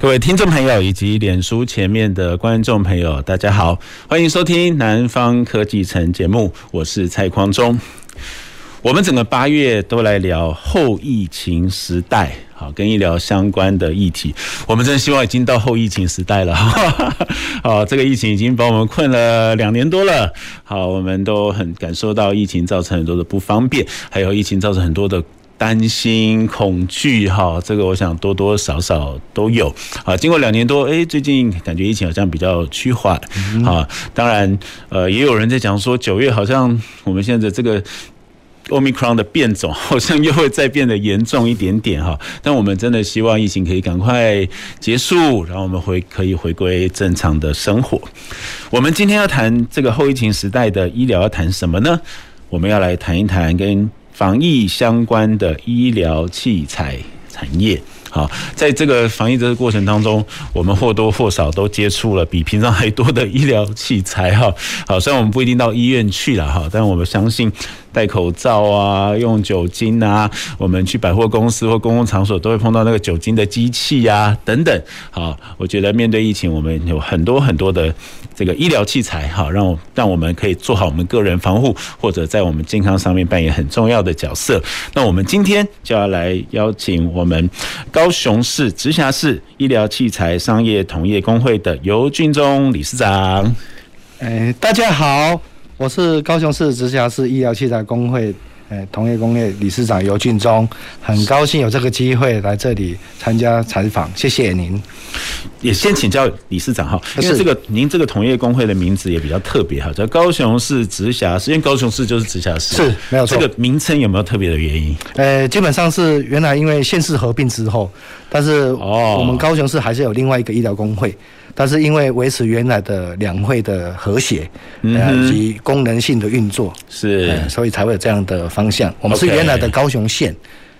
各位听众朋友以及脸书前面的观众朋友，大家好，欢迎收听《南方科技城》节目，我是蔡匡忠。我们整个八月都来聊后疫情时代，好跟医疗相关的议题。我们真希望已经到后疫情时代了， 好，这个疫情已经把我们困了两年多了。好，我们都很感受到疫情造成很多的不方便，还有疫情造成很多的。担心、恐惧，哈，这个我想多多少少都有啊。经过两年多，哎，最近感觉疫情好像比较趋缓啊。当然，呃，也有人在讲说，九月好像我们现在的这个 Omicron 的变种好像又会再变得严重一点点哈。 但我们真的希望疫情可以赶快结束，然后我们回可以回归正常的生活。我们今天要谈这个后疫情时代的医疗，要谈什么呢？我们要来谈一谈跟。防疫相关的医疗器材产业，好，在这个防疫这个过程当中，我们或多或少都接触了比平常还多的医疗器材哈。好，虽然我们不一定到医院去了哈，但我们相信戴口罩啊、用酒精啊，我们去百货公司或公共场所都会碰到那个酒精的机器呀、啊、等等。好，我觉得面对疫情，我们有很多很多的。这个医疗器材哈，让我让我们可以做好我们个人防护，或者在我们健康上面扮演很重要的角色。那我们今天就要来邀请我们高雄市直辖市医疗器材商业同业工会的尤俊忠理事长。哎，大家好，我是高雄市直辖市医疗器材工会。哎，同业工业理事长尤俊忠，很高兴有这个机会来这里参加采访，谢谢您。也先请教理事长哈，因为这个您这个同业工会的名字也比较特别哈，叫高雄市直辖市，因为高雄市就是直辖市，是没有错。这个名称有没有特别的原因？呃，基本上是原来因为县市合并之后，但是哦我们高雄市还是有另外一个医疗工会。但是因为维持原来的两会的和谐，嗯呃，以及功能性的运作，是、呃，所以才会有这样的方向。我们是原来的高雄县，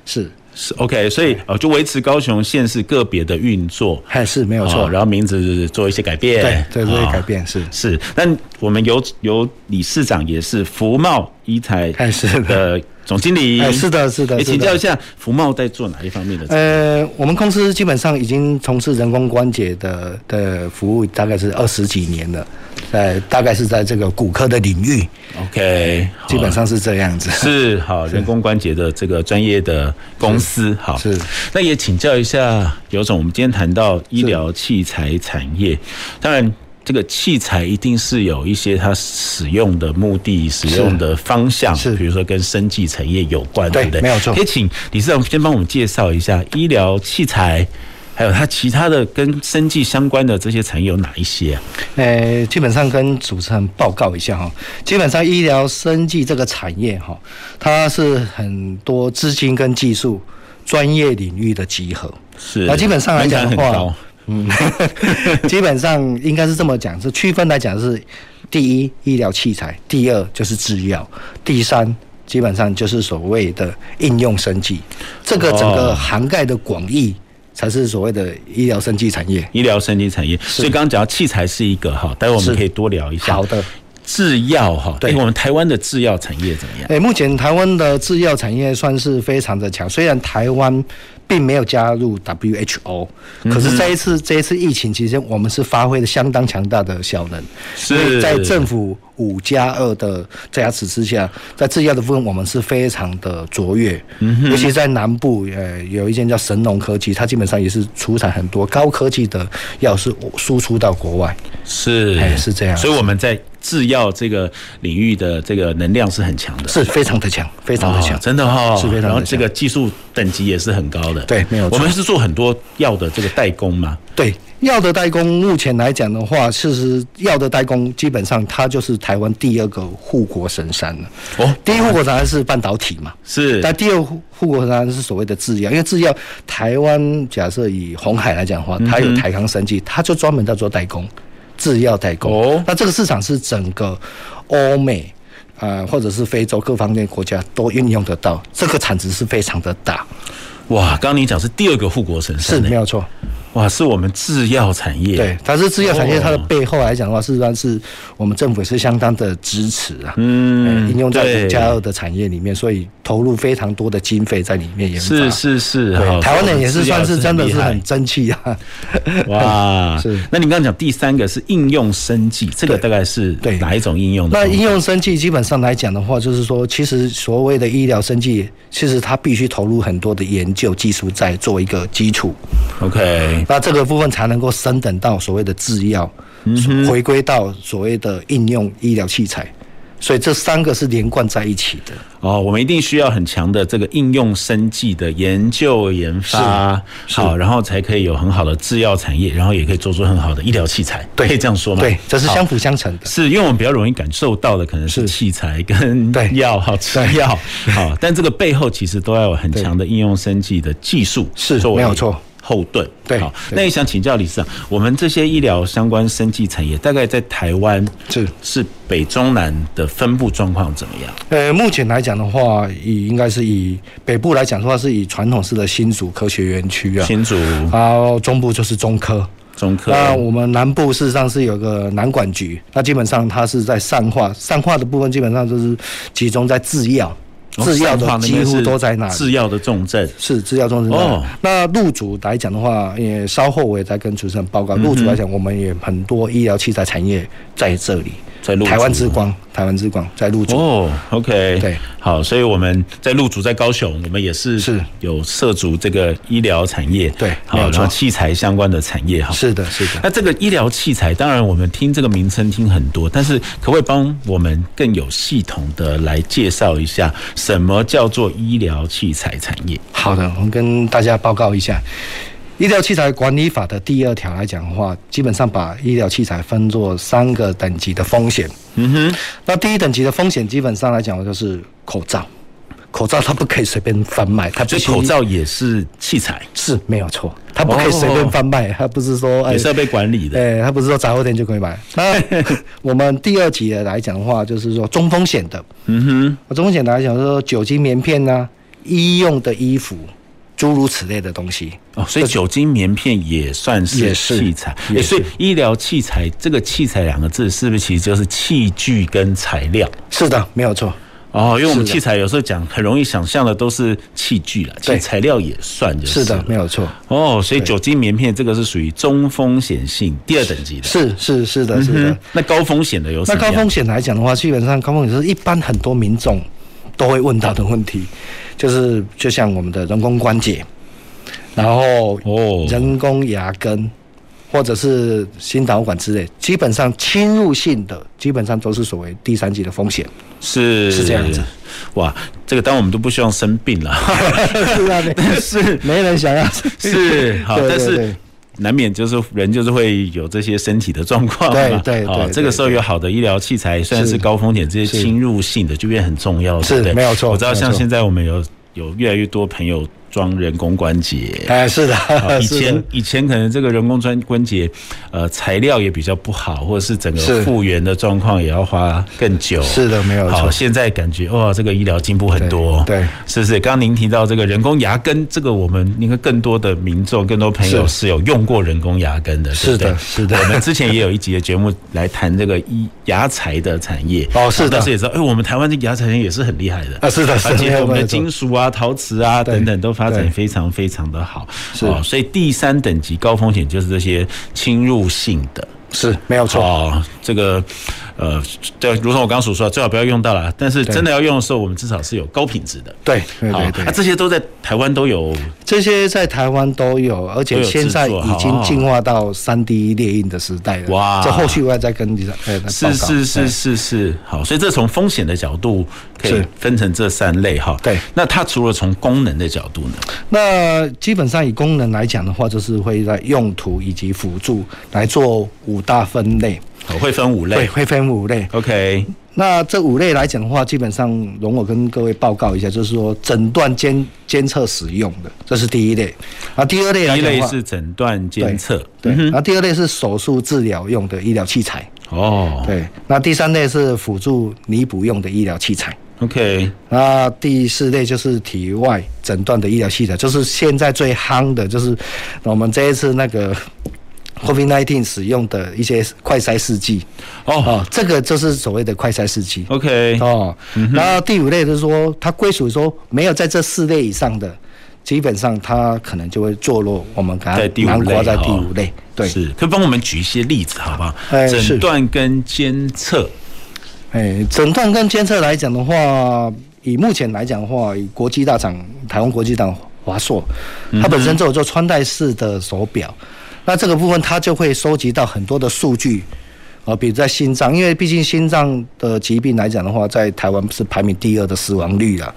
是是 OK，所以呃，就维持高雄县市个别的运作，还是没有错、哦。然后名字做一些改变，对，对，做一些改变、哦、是是。但我们由由理事长也是福茂一台的。总经理，哎，是的，是的，也请教一下福茂在做哪一方面的？呃，我们公司基本上已经从事人工关节的的服务，大概是二十几年了，呃，大概是在这个骨科的领域。 OK，哎基本上是这样 子。是好，人工关节的这个专业的公司，好，是。那也请教一下尤总，我们今天谈到医疗器材产业，当然。这个器材一定是有一些它使用的目的、使用的方向，是比如说跟生技产业有关，对不对？没有错。可以请理事长先帮我们介绍一下医疗器材，还有它其他的跟生技相关的这些产业有哪一些啊？呃，基本上跟主持人报告一下哈，基本上医疗生技这个产业哈，它是很多资金跟技术专业领域的集合，是。那基本上来讲的话。嗯 基本上应该是这么讲，是区分来讲是，第一医疗器材，第二就是制药，第三基本上就是所谓的应用生技，这个整个涵盖的广义。才是所谓的医疗生技产业。医疗生技产业，所以刚刚讲到器材是一个哈，待会我们可以多聊一下。好的。制药哈，对、欸、我们台湾的制药产业怎么样？哎、欸，目前台湾的制药产业算是非常的强，虽然台湾并没有加入 WHO，可是这一次、嗯、这一次疫情期间，我们是发挥了相当强大的效能。是在政府五加二的加持之下，在制药的部分，我们是非常的卓越。嗯、尤其在南部，呃，有一间叫神农科技，它基本上也是出产很多高科技的药，是输出到国外。是，哎、欸，是这样。所以我们在。制药这个领域的这个能量是很强的，啊是非常的强，非常的强、哦，真的哈、哦，是非常的。然后这个技术等级也是很高的，对，没有。我们是做很多药的这个代工嘛，对，药的代工目前来讲的话，事实药的代工基本上它就是台湾第二个护国神山了。哦，第一护国神山是半导体嘛，是，但第二护国神山是所谓的制药，因为制药嗯台湾假设以红海来讲的话，它有台康生技，它就专门在做代工。制药代工。哦那这个市场是整个欧美。啊、或者是非洲各方面国家都运用得到，这个产值是非常的大，哇，刚刚你讲是第二个护国神是山、没欸，有错。哇，是我们制药产业，对，它是制药产业，哦它的背后来讲的话，事实上是我们政府也是相当的支持啊。嗯，应用在对五加二的产业里面，所以投入非常多的经费在里面研发。是是是，好对，台湾人也我是们制药算是真的厉是很害争气啊。 哇，是那你刚刚讲第三个是应用生技，这个对大概是对哪一种应用的 那部分？应用生技基本上来讲的话，就是说，其实所谓的医疗生技，其实它必须投入很多的研究技术在做一个基础， OK，那这个部分才能够升等到所谓的制药，嗯回归到所谓的应用医疗器材。所以这三个是连贯在一起的。哦，我们一定需要很强的这个应用生技的研究研发，好，然后才可以有很好的制药产业，然后也可以做出很好的医疗器材，可以这样说吗？对，这是好相辅相成的。是因为我们比较容易感受到的可能是是器材跟对药，好吃对药， 好，但这个背后其实都要有很强的应用生技的技术，是作为没有错后盾。对好，对那也想请教李市长，我们这些医疗相关生技产业，大概在台湾是是北中南的分布状况怎么样？呃，目前来讲的话，以应该是以北部来讲的话，是以传统式的新竹科学园区啊，新竹、然后中部就是中科。中科，那我们南部事实上是有个南管局，那基本上它是在善化，善化的部分基本上就是集中在制药，哦制药的彰化那几边乎是都在那里。制药的重镇。是制药中心。哦哦，那入主来讲的话，也稍后我也在跟主持人报告，嗯入主来讲，我们也很多医疗器材产业在这里，在入主台湾之光，台湾之光在入主。哦，OK，对，好，所以我们在入主在高雄，我们也是是有涉足这个医疗产业，对好没，有然错后器材相关的产业，哈，是的，是的。那这个医疗器材，当然我们听这个名称听很多，但是可不可以帮我们更有系统的来介绍一下，什么叫做医疗器材产业？好的，我们跟大家报告一下。医疗器材管理法的第二条来讲的话，基本上把医疗器材分作三个等级的风险。嗯哼，那第一等级的风险，基本上来讲就是口罩，口罩它不可以随便贩卖，它必所以须口罩也是器材，是没有错，它不可以随便贩卖，它不是说哎哦也是要被管理的。哎、它不是说杂货店就可以买。 那我们第二集来讲的话，就是说中风险的，嗯中风险来讲，就是说酒精棉片呐、医用的衣服，诸如此类的东西。哼，哦，所以酒精棉片也算是也是器材。也哎是所以医疗器材这个“器材”两个字，是不是其实就是器具跟材料？是的，没有错。哦，因为我们是器的材有时候讲很容易想象的都是器具了，其实对材料也算就是是的了，没有错。哦，所以酒精棉片这个是属于中风险性第二等级的，是是是的，是的。嗯，那高风险的有什那么高样？风险来讲的话，基本上高风险是一般很多民众都会问到的问题，就是就像我们的人工关节，然后哦人工牙根。或者是心导管之类，基本上侵入性的，基本上都是所谓第三级的风 险。是是这样子，哇，这个当然我们都不希望生病 了，是啊，但 是没人想要。是好，对但对是对。难免就是人就是会有这些身体的状况对嘛对好对这个时候对有好的医疗器材，虽然是是高风险，这些是侵入性的就变很重要，对是不对没有错我知道没有像错现在我们有有越来越多朋友装人工关节，哎，是啊的，以 是的前以前可能这个人工关关节，呃，材料也比较不好，或者是整个是复原的状况也要花更久。是的没有好，错现在感觉哇，这个医疗进步很多，对对是不是？刚刚您提到这个人工牙根，这个我们应该更多的民众、更多朋友是是有用过人工牙根的，对是不对的，是的我，们之前也有一集的节目来谈这个医牙材的产业哦是的但是也知道，哎，我们台湾这个牙材也是很厉害的啊是的是的 而且我们没的有错金属啊、陶瓷啊对等等都发展对非常非常的好，哦是所以第三等级高风险就是这些侵入性的。是没有错。哦，这个，呃，对，如同我刚刚所说的，最好不要用到了。但是对真的要用的时候，我们至少是有高品质的。对对好对对啊，，这些都在台湾都有这些在台湾都有，而都且有制现在作已哦经进化到三 D 列印的时代了。哇这后续我要再跟你呃报告是是是是是，好，所以这从风险的角度可以是分成这三类哈。对那它除了从功能的角度呢？那基本上以功能来讲的话，就是会在用途以及辅助来做五大分类，哦会分五对，类。会分五类。 OK，那这五类来讲的话，基本上容我跟各位报告一下，就是说诊断监监测使用的，这是第一类。啊，第二类第一来讲的类话，是嗯诊断监测，对，然后第二类是手术治疗用的医疗器材，哦，对，那第三类是辅助弥补用的医疗器材。 ，OK，那第四类就是体外诊断的医疗器材，就是现在最夯的，就是我们这一次那个 COVID-19 使用的一些快筛试剂。哦哦，这个就是所谓的快筛试剂。 ，OK，嗯哦，然后第五类就是说，它归属于说没有在这四类以上的，基本上它可能就会坐落我们刚在刚第五囊类哦括哈，在第五类。对，是，可以帮我们举一些例子好不好？哎是诊断跟监测，哎，诊断跟监测来讲的话，以目前来讲的话，以国际大厂台湾国际厂华硕，它本身就有做穿戴式的手表，那这个部分它就会收集到很多的数据。呃，比如在心脏，因为毕竟心脏的疾病来讲的话，在台湾是排名第二的死亡率啊，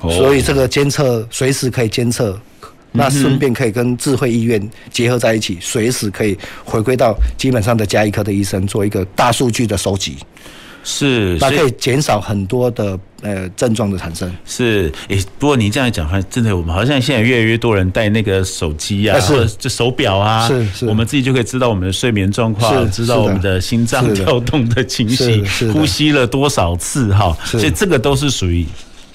哦所以这个监测随时可以监测，那顺便可以跟智慧医院结合在一起，随时可以回归到基本上的加医科的医生做一个大数据的收集。是，那所以可以减少很多的呃症状的产生。是，诶、不过你这样讲，反正真的，我们好像现在越来越多人戴那个手机啊，啊是或者就手表啊，是是我们自己就可以知道我们的睡眠状况，啊是知道是的我们的心脏是的跳动的情是形的是，的呼吸了多少次哈，是所以这个都是属于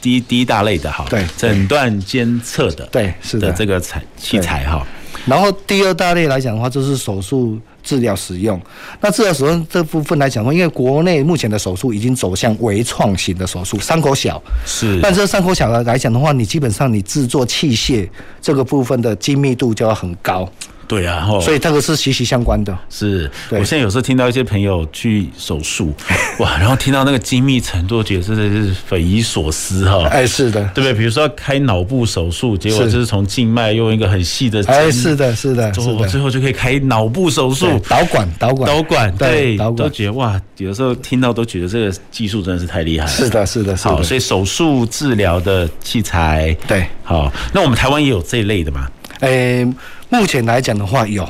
第一第一大类的哈，对对诊断监测的，对是的的这个材器材哈，然后第二大类来讲的话，就是手术治疗使用。那治疗使用这部分来讲的话，因为国内目前的手术已经走向微创型的手术，伤口小。是但这伤口小的来讲的话，你基本上你制作器械这个部分的精密度就要很高，对啊，吼所以这个是息息相关的。是，对我现在有时候听到一些朋友去手 术，哇，然后听到那个精密程度，觉得真的是匪夷所思哈、哎，是的，对不对？比如说要开脑部手术，结果是就是从静脉用一个很细的针，哎，是的，是的，最是后我最的。后就可以开脑部手术对，导管，导管，导管，对，导都管，觉得哇，有时候听到都觉得这个技术真的是太厉害了。是的，是的，是好，所的。以手术治疗的器材，对好，那我们台湾也有这一类的嘛？诶、目前来讲的话有，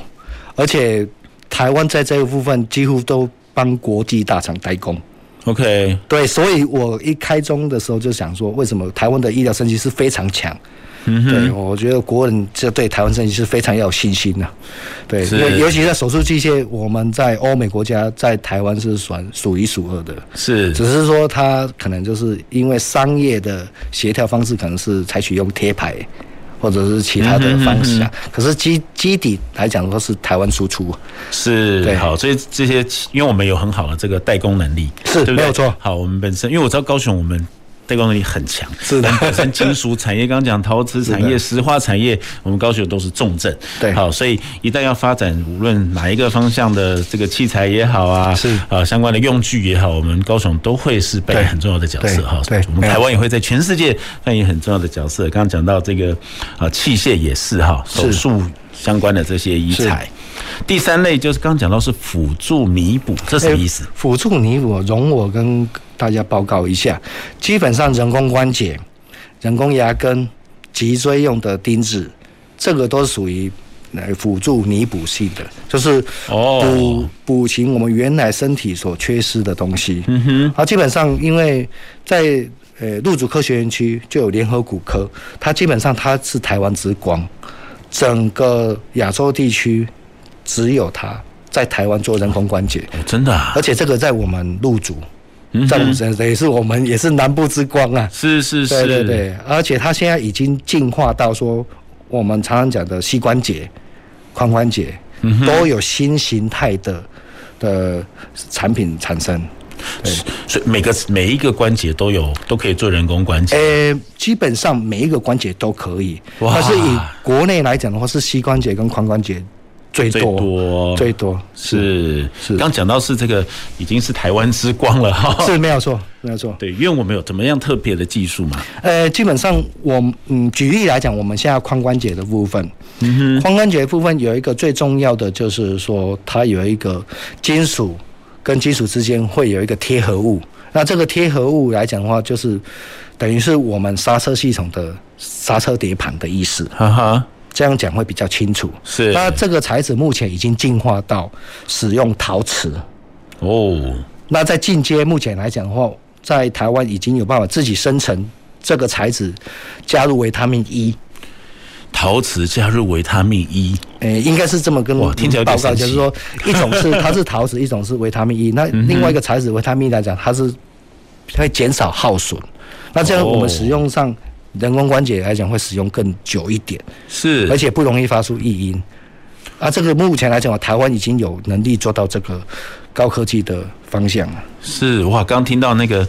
而且台湾在这个部分几乎都帮国际大厂代工。 OK，对，所以我一开中的时候就想说，为什么台湾的医疗升级是非常强？对，我觉得国人这对台湾升级是非常要有信心的、对，是因为尤其在手术器械，我们在欧美国家在台湾是算数一数二的。是只是说它可能就是因为商业的协调方式，可能是采取用贴牌或者是其他的方式啊。可是基基底来讲，都是台湾输出。啊是对好，所以这些因为我们有很好的这个代工能力，是对不对没有错好，我们本身因为我知道高雄我们。代工能力很强，是的我们本身金属产业，刚刚讲陶瓷产业、是的石化产业，我们高雄都是重镇。对好，所以一旦要发展，无论哪一个方向的这个器材也好啊，是啊，相关的用具也好，我们高雄都会是扮演很重要的角色对哈。对我们没有台湾也会在全世界扮演很重要的角色。刚刚讲到这个啊，器械也是哈，手是术相关的这些医材。第三类就是刚讲到是辅助弥补，这什么意思诶？辅助弥补，容我跟大家报告一下，基本上人工关节、人工牙根、脊椎用的钉子，这个都属于。来辅助弥补性的，就是哦补补齐我们原来身体所缺失的东西。嗯哼，啊，基本上因为在呃入主科学园区就有联合骨科，它基本上它是台湾之光，整个亚洲地区只有它在台湾做人工关节。哦真的、啊而，且这个在我们陆族，嗯在我们身上也是我们也是南部之光啊。是是是，对对对，而且它现在已经进化到说，我们常常讲的膝关节、髋关节嗯都有新形态的的产品产生。所以每个每一个关节都有都可以做人工关节。呃，基本上每一个关节都可以，哇但是以国内来讲的话，是膝关节跟髋关节最最多多最多是是刚讲到是这个已经是台湾之光了哈。是没有错，没有错。对，因为我们有怎么样特别的技术嘛？呃，基本上我嗯，举例来讲，我们现在髋关节的部分，嗯、髋关节部分有一个最重要的就是说，它有一个金属跟金属之间会有一个贴合物。那这个贴合物来讲的话，就是等于是我们刹车系统的刹车碟盘的意思。哈哈，这样讲会比较清楚。是那这个材质目前已经进化到使用陶瓷。哦，那在进阶目前来讲的话，在台湾已经有办法自己生成这个材质，加入维他命 E。陶瓷加入维他命 E，诶、应该是这么跟我哇听起来有点报告，神奇就嗯是说，一种 是它是陶瓷，一种是维他命 E。那另外一个材质维他命来讲，它是会减少耗损。那这样我哦们使用上人工关节来讲，会使用更久一点，是，而且不容易发出异音。啊，这个目前来讲，台湾已经有能力做到这个高科技的方向了。是哇，刚听到那个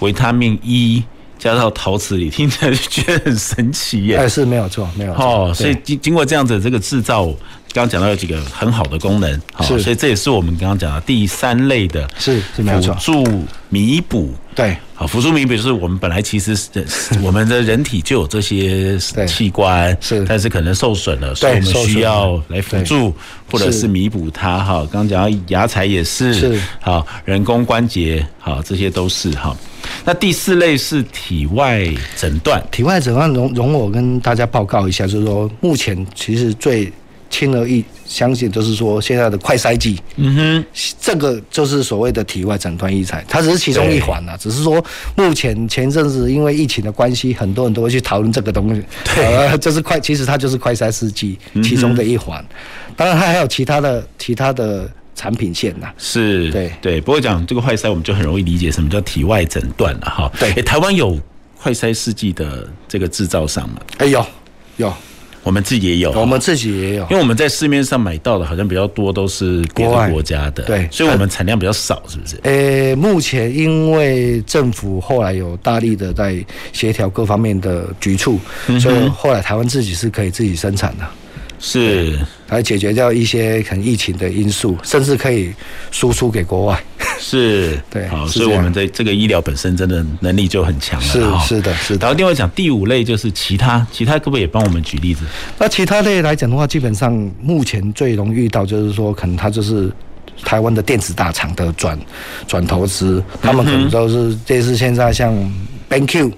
维他命 E 加到陶瓷里，听起来就觉得很神奇耶。哎，是没有错，没有错。哦，对所以经经过这样子的这个制造，刚刚讲到有几个很好的功能，好、是所以这也是我们刚刚讲的第三类的是是没有辅错助弥补。对好，辅助弥补就是我们本来其实 是是我们的人体就有这些对器官，是但是可能受损了，所以我们受损需要了来辅对助或者是是弥补它。哈，刚刚讲到牙才也是，是好，人工关节，好，这些都是哈。那第四类是体外诊断，体外诊断容容我跟大家报告一下，就是说目前其实最轻而易相信就是说现在的快筛剂，嗯这个就是所谓的体外诊断医材，它只是其中一环啦、只是说目前前阵子因为疫情的关系，很多人都会去讨论这个东西，对，嗯呃、就是快，其实它就是快筛试剂其中的一环，当然它还有其他的其他的产品线啊呐、哼，是对对。不过讲这个快筛，我们就很容易理解什么叫体外诊断了哈。对诶台湾有快筛试剂的这个制造商嘛，哎有有，我们自己也有，我们自己也有因。为我们在市面上买到的，好像比较多都是别国的外国家的，对所以我们产量比较少，是不是？呃，目前因为政府后来有大力的在协调各方面的局处，所以后来台湾自己是可以自己生产的，是来解决掉一些可能疫情的因素，甚至可以输出给国外。是，对好，是所以这我样们的这个医疗本身真的能力就很强了，是哈是的是的然后另外讲第五类就是其他，其他可不可以也帮我们举例子？那其他类来讲的话，基本上目前最容易遇到就是说，可能它就是。台湾的电子大厂的转转投资，他们可能都是类似现在像 BenQ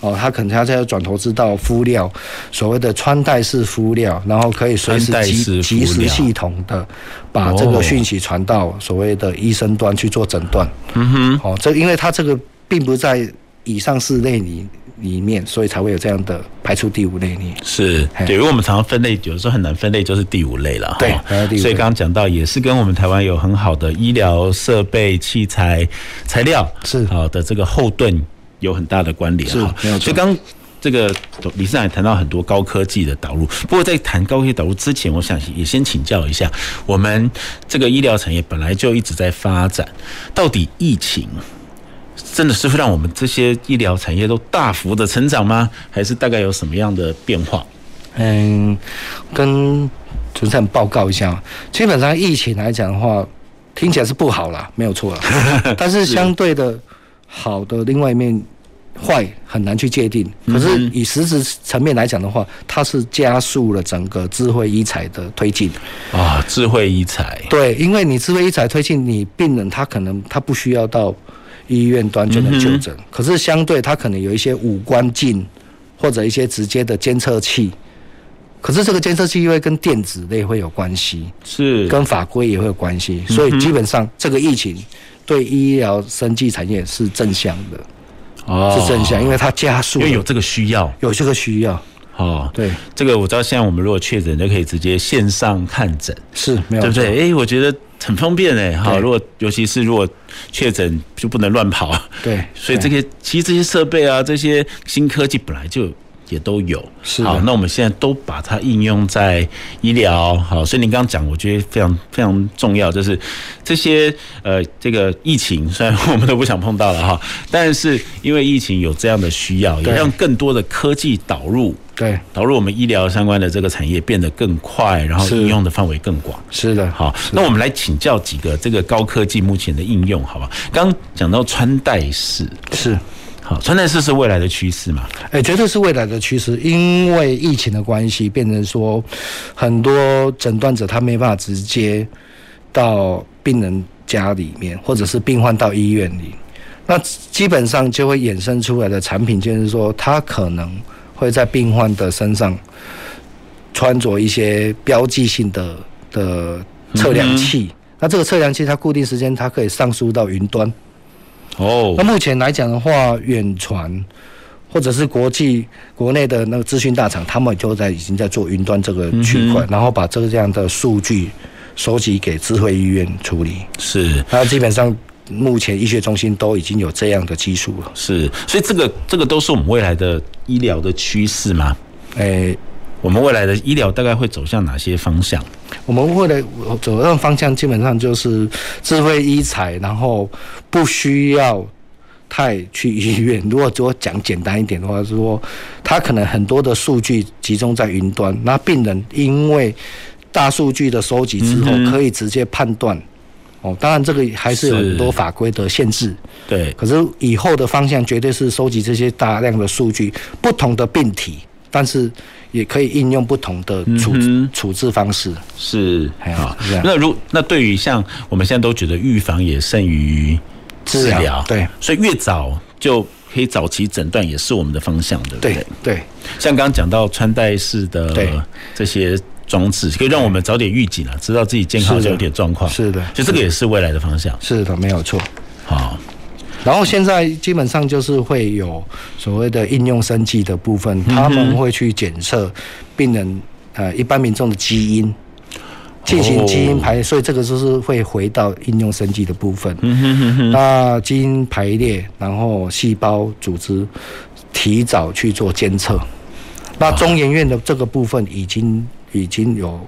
哦，他可能他现在转投资到敷料，所谓的穿戴式敷料，然后可以随时穿戴式敷料及及时系统的把这哦个讯息传到所谓的医生端去做诊断。嗯哼，哦，这因为它这个并不在以上四类里里面，所以才会有这样的排除第五类里。是嘿对，因为我们常常分类，有时候很难分类，就是第五类了。对哈排到第五类所以刚刚讲到，也是跟我们台湾有很好的医疗设备、器材、材料是好的这个后盾有很大的关联。是哈没有错所以刚。这个理事长也谈到很多高科技的导入，不过在谈高科技导入之前，我想也先请教一下，我们这个医疗产业本来就一直在发展，到底疫情真的是会让我们这些医疗产业都大幅的成长吗？还是大概有什么样的变化？嗯，跟主持人报告一下，基本上疫情来讲的话，听起来是不好啦，没有错啦。但是相对的，好的另外一面，坏很难去界定。可是以实质层面来讲的话，它是加速了整个智慧医材的推进。啊，智慧医材对，因为你智慧医材推进，你病人他可能他不需要到医院端就能就诊，嗯可是相对他可能有一些五官镜或者一些直接的监测器，可是这个监测器因为跟电子类会有关系，是跟法规也会有关系，嗯所以基本上这个疫情对医疗生技产业是正向的，哦是正向，因为它加速因了为有这个需要有这个需要，哦。对，这个我知道，现在我们如果确诊就可以直接线上看诊，是没有对不错对？诶，我觉得很方便诶。哈。对如果尤其是如果确诊就不能乱跑，对所以这对些其实这些设备啊，这些新科技本来就。也都有，是的好，那我们现在都把它应用在医疗，好，所以您刚刚讲，我觉得非常非常重要，就是这些呃，这个疫情虽然我们都不想碰到了哈，但是因为疫情有这样的需要，也对让更多的科技导入，对，导入我们医疗相关的这个产业变得更快，然后是应用的范围更广。是的，好，那我们来请教几个这个高科技目前的应用，好吧？刚刚讲到穿戴式，是。好，穿戴式是未来的趋势嘛？哎、绝对是未来的趋势，因为疫情的关系，变成说很多诊断者他没办法直接到病人家里面，或者是病患到医院里，那基本上就会衍生出来的产品，就是说他可能会在病患的身上穿着一些标记性的的测量器。那这个测量器，它固定时间它可以上输到云端，哦那，目前来讲的话，远传或者是国际国内的那个资讯大厂，他们就在已经在做云端这个区块，然后把这个这样的数据收集给智慧医院处理。是那基本上目前医学中心都已经有这样的技术了。是，所以这个这个都是我们未来的医疗的趋势嘛？诶、我们未来的医疗大概会走向哪些方向？我们未来走向方向基本上就是智慧医材，然后不需要太去医院。如果说讲简单一点的话，是说它可能很多的数据集中在云端，那病人因为大数据的收集之后，嗯可以直接判断。哦，当然这个还是有很多是法规的限制。对，可是以后的方向绝对是收集这些大量的数据，不同的病体，但是也可以应用不同的处、嗯哼处置方式。是哎呀好是这。样那如那对于像我们现在都觉得预防也胜于治治疗疗，对，所以越早就可以早期诊断，也是我们的方向，对不对？对对像刚刚讲到穿戴式的对这些装置，可以让我们早点预警啊，知道自己健康是的就有点状况。是的就这个也是未来的方向。是的，没有错。好，然后现在基本上就是会有所谓的应用生技的部分，他们会去检测病人呃一般民众的基因，进行基因排，所以这个就是会回到应用生技的部分。那基因排列，然后细胞组织提早去做监测。那中研院的这个部分已经已经有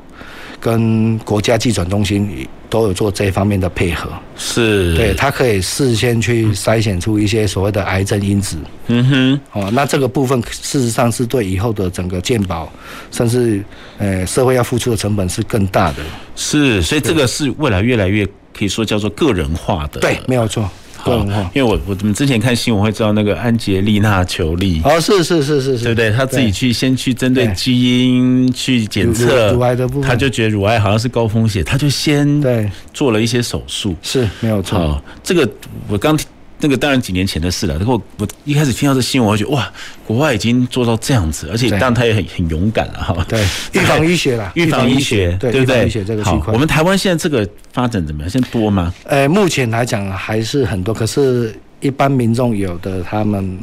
跟国家计转中心都有做这方面的配合。是，对，，它可以事先去筛选出一些所谓的癌症因子。嗯哼，哦，那这个部分事实上是对以后的整个健保，甚至呃社会要付出的成本是更大的。是，所以这个是未来越来越可以说叫做个人化的。对，没有错，好个人化。因为我我们之前看新闻会知道那个安杰丽娜·裘丽。哦，是是是是是，对不对？她自己去先去针对对基因去检测乳乳癌的部分她就觉得乳癌好像是高风险，她就先对做了一些手术。是没有错。好，这个我刚听那个当然几年前的事了。不过我一开始听到这新闻，我就觉得哇，国外已经做到这样子，而且对当然他也很很勇敢了哈。 对预防医学啦预防医学，对对不预防对？医学这个区好，块我们台湾现在这个发展怎么样？现在多吗？呃，目前来讲还是很多，可是一般民众有的他们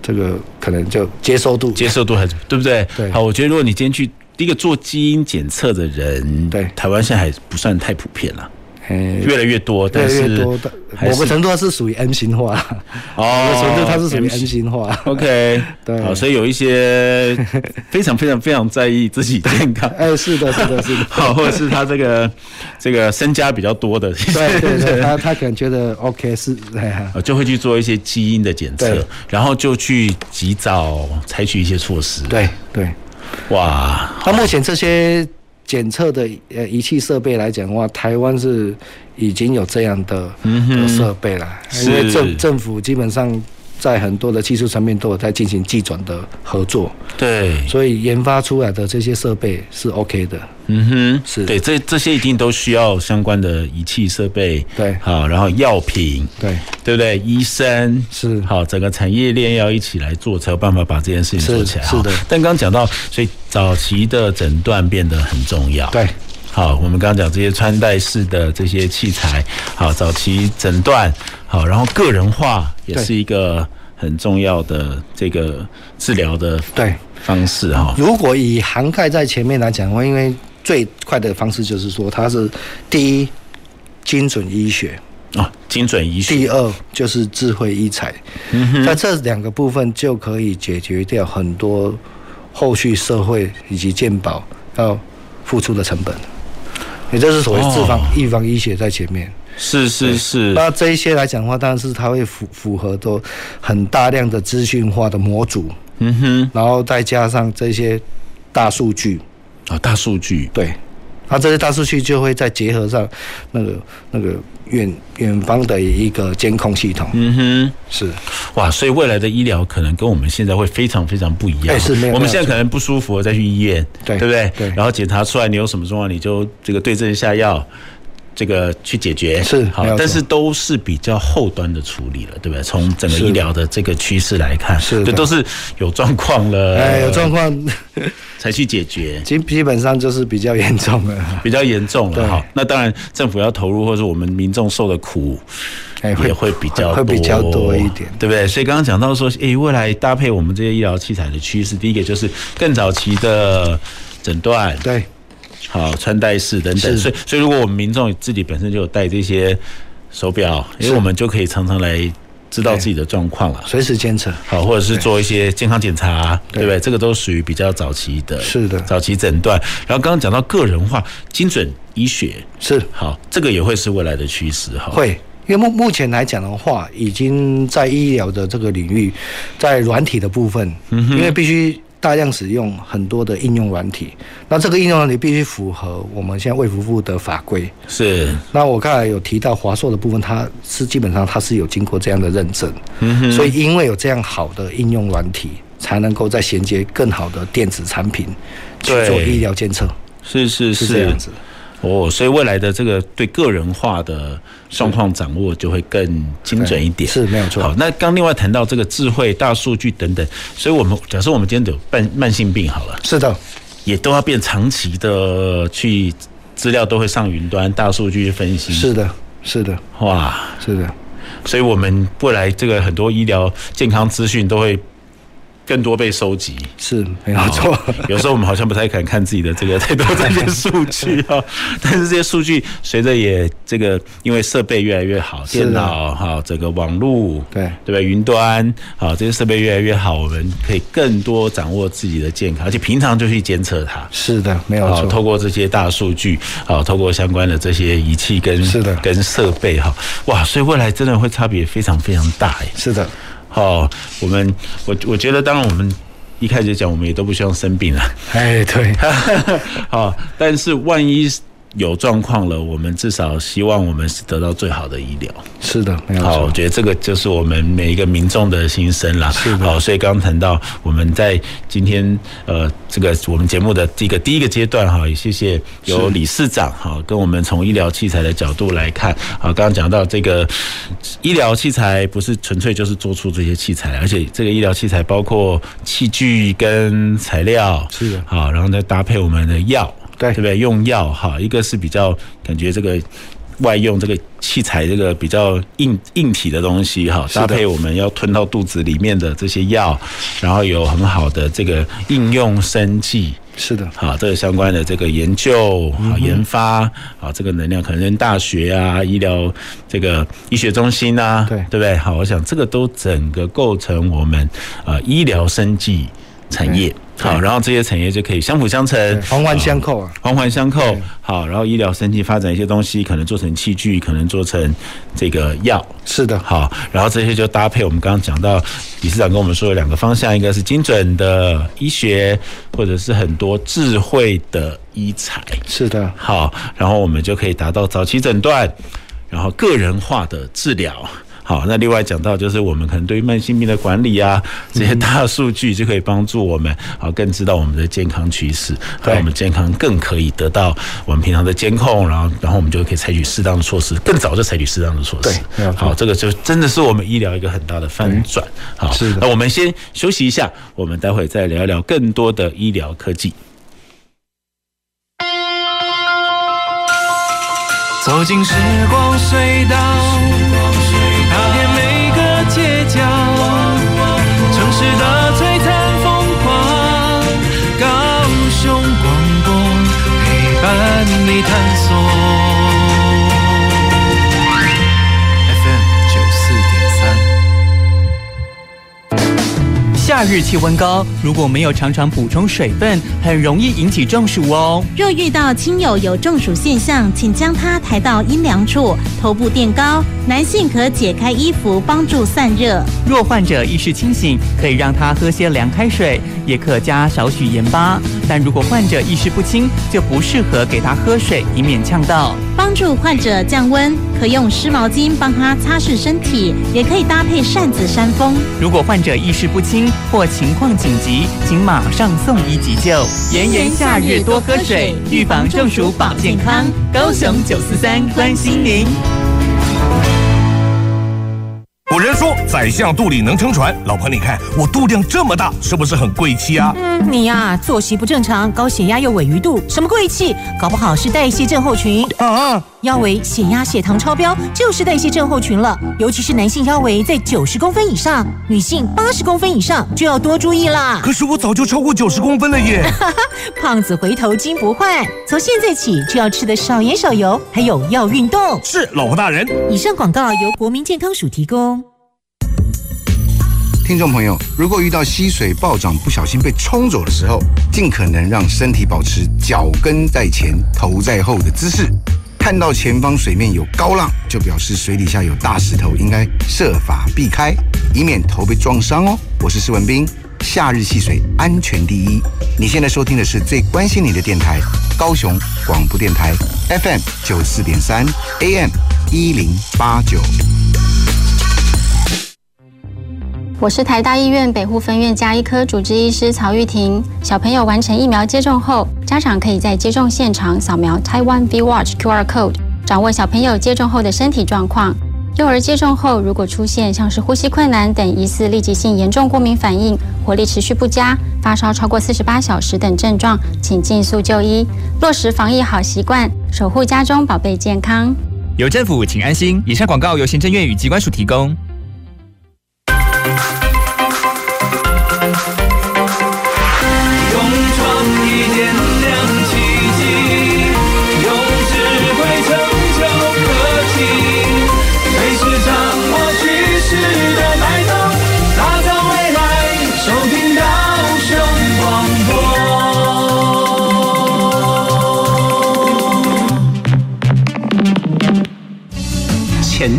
这个可能就接受度接受度还是对不对？对好，我觉得如果你今天去第一个做基因检测的人，对台湾现在还不算太普遍了，呃越来越多，越但来是越多的，还某是个程度它是属于 M 型化，哦某个程度它是属于 M M 型化。 OK，对好，所以有一 些非常非常非常在意自己健康，。哎，是的，是的，是 的好，或者是他这个这个身家比较多的，对对对，他他可能觉得 OK 是，哎呀，呃 就会去做一些基因的检测对，然后就去及早采取一些措施。，对对。哇，那目前这些检测的呃仪器设备来讲的话，台湾是已经有这样的的设备了，是因为政政府基本上在很多的技术层面都有在进行技转的合作，对，所以研发出来的这些设备是 OK 的。嗯哼，是对，这这些一定都需要相关的仪器设备，对好，然后药品，对，对不对？医生是好，整个产业链要一起来做，才有办法把这件事情做起来。是是的好但刚刚讲到，所以早期的诊断变得很重要。对。好，我们刚刚讲这些穿戴式的这些器材，好，早期诊断，好，然后个人化也对是一个很重要的这个治疗的对方式哈。如果以涵盖在前面来讲的话，因为最快的方式就是说，它是第一精准医学，哦，精准医学嗯第二就是智慧医材，在这两个部分就可以解决掉很多后续社会以及健保要付出的成本，也就是所谓治防哦预防医学在前面。是是是，那这一些来讲的话，当然是它会符符合都很大量的资讯化的模组，嗯哼，然后再加上这些大数据，啊、大数据对，那这些大数据就会再结合上那个那个远远方的一个监控系统。嗯哼，是哇，所以未来的医疗可能跟我们现在会非常非常不一样。哎是没有我们没有现在可能不舒服再去医院，对对不对？对然后检查出来你有什么状况，你就这个对症下药，这个去解决是好没有，错但是都是比较后端的处理了，对不对？从整个是医疗的这个趋势来看，是的这都是有状况了，哎，有状况 才去解决。基基本上就是比较严重了。比较严重了对哈，那当然政府要投入，或者是我们民众受的苦，哎会也会比较多，会会比较多一点对不对？所以刚刚讲到说，诶，未来搭配我们这些医疗器材的趋势，第一个就是更早期的诊断，对，好，穿戴式等等。是所以，所以如果我们民众自己本身就有戴这些手表，因为是我们就可以常常来知道自己的状况了。随时监测。好，或者是做一些健康检查，对对不对？这个都属于比较早期的，是的早期诊断。然后刚刚讲到个人化、精准医学，是好，这个也会是未来的趋势哈。会，因为目目前来讲的话，已经在医疗的这个领域，在软体的部分，嗯因为必须大量使用很多的应用软体，那这个应用软体必须符合我们现在卫福部的法规。是那我刚才有提到华硕的部分，它是基本上它是有经过这样的认证，嗯所以因为有这样好的应用软体，才能够再衔接更好的电子产品去对做医疗监测，是是是这样子。哦，所以未来的这个对个人化的状况掌握就会更精准一点，对是没有错好，那刚另外谈到这个智慧、大数据等等，所以我们假设我们今天有慢慢性病好了，是的，也都要变长期的去资料都会上云端，大数据分析是的，是的，哇，是的。所以我们未来这个很多医疗健康资讯都会更多被收集。是没有错，有时候我们好像不太敢看自己的这个太多这些数据 哦，但是这些数据随着也这个，因为设备越来越好，的电脑哈，这个网络对对吧？云端好，这些设备越来越好，我们可以更多掌握自己的健康，而且平常就去监测它。是的，没有好，错。透过这些大数据，好，透过相关的这些仪器跟是的跟设备哈，哇，所以未来真的会差别非常非常大哎。是的，好，我们我我觉得，当然我们一开始就讲，我们也都不希望生病了，啊哎，对， 好，但是万一有状况了，我们至少希望我们是得到最好的医疗。是的，没有好，我错。觉得这个就是我们每一个民众的心声啦。是的好，所以刚刚谈到我们在今天呃这个我们节目的这个第一个阶段哈，也谢谢有理事长哈跟我们从医疗器材的角度来看。好，刚刚讲到这个医疗器材不是纯粹就是做出这些器材，而且这个医疗器材包括器具跟材料，是的好，然后再搭配我们的药，对对不对？用药哈，一个是比较感觉这个外用这个器材这个比较硬硬体的东西哈，的搭配我们要吞到肚子里面的这些药，然后有很好的这个应用生技。是的，好，这个相关的这个研究、好研发、好这个能量，可能跟大学啊、医疗这个呃医学中心啊，对对不对？好，我想这个都整个构成我们呃医疗生技产业。好，然后这些产业就可以相辅相成，环环相扣啊。环环相扣。好，然后医疗生技发展一些东西，可能做成器具，可能做成这个药。是的，好，然后这些就搭配我们刚刚讲到，理事长跟我们说有两个方向，一个是精准的医学，或者是很多智慧的医材。是的，好，然后我们就可以达到早期诊断，然后个人化的治疗。好，那另外讲到就是我们可能对于慢性病的管理啊，这些大数据就可以帮助我们好更知道我们的健康趋势，让我们健康更可以得到我们平常的监控，然后然后我们就可以采取适当的措施，更早就采取适当的措施。对没有错好，这个就真的是我们医疗一个很大的翻转。好，是的那我们先休息一下，我们待会再聊一聊更多的医疗科技。走进时光隧道，踏遍每个街角，城市的璀璨风光，高雄广播陪伴你探索。FM 九四点三。夏日气温高，如果没有常常补充水分，很容易引起中暑哦。若遇到亲友有中暑现象，请将他抬到阴凉处，头部垫高。男性可解开衣服帮助散热。若患者意识清醒，可以让他喝些凉开水，也可加少许盐巴。但如果患者意识不清，就不适合给他喝水，以免呛到。帮助患者降温，可用湿毛巾帮他擦拭身体，也可以搭配扇子扇风。如果患者意识不清或情况紧急，请马上送医急救。炎炎夏日多喝水，预防中暑保健康。高雄九四三关心您。古人说“宰相肚里能撑船”，老婆你看我肚量这么大，是不是很贵气啊？嗯你呀、作息不正常，高血压又尾鱼肚，什么贵气？搞不好是代谢症候群。啊，腰围、血压、血糖超标就是代谢症候群了。尤其是男性腰围在九十公分以上，女性八十公分以上就要多注意啦。可是我早就超过九十公分 了耶！胖子回头金不换，从现在起就要吃的少盐少油，还有要运动。是老婆大人，以上广告由国民健康署提供。听众朋友，如果遇到溪水暴涨，不小心被冲走的时候，尽可能让身体保持脚跟在前、头在后的姿势。看到前方水面有高浪，就表示水底下有大石头，应该设法避开，以免头被撞伤哦。我是施文斌，夏日戏水安全第一。你现在收听的是最关心你的电台——高雄广播电台 FM 九四点三 AM 一零八九。我是台大医院北护分院加医科主治医师曹玉婷。小朋友完成疫苗接种后，家长可以在接种现场扫描 Taiwan V Watch QR code，掌握小朋友接种后的身体状况。幼儿接种后，如果出现像是呼吸困难等疑似立即性严重过敏反应、活力持续不佳、发烧超过四十八小时等症状，请尽速就医。落实防疫好习惯，守护家中宝贝健康。有政府，请安心。以上广告由行政院与机关署提供。勇闯一点亮奇迹，用智慧成就科技，随时掌握趋势的脉动，打造未来。收听高雄广播。前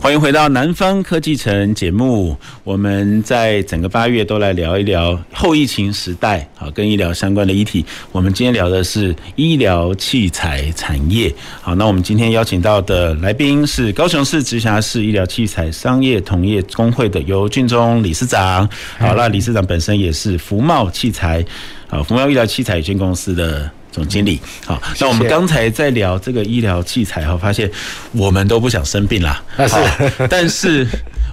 欢迎回到南方科技城节目。我们在整个八月都来聊一聊后疫情时代好跟医疗相关的议题。我们今天聊的是医疗器材产业。好，那我们今天邀请到的来宾是高雄市直辖市医疗器材商业同业工会的尤俊忠理事长。好，那理事长本身也是福茂器材啊福茂医疗器材有限公司的。总经理，好，那我们刚才在聊这个医疗器材哈，发现我们都不想生病啦， 啊是好 但是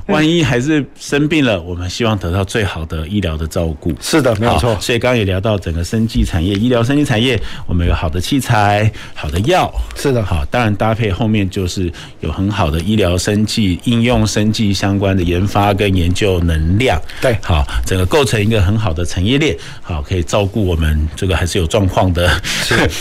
万一还是生病了，我们希望得到最好的医疗的照顾。是的没有错好所以刚刚也聊到整个生技产业、医疗生技产业，我们有好的器材、好的药，是的，好，当然搭配后面就是有很好的医疗生技、应用生技相关的研发跟研究能量。对好，整个构成一个很好的产业链，好，可以照顾我们这个还是有状况的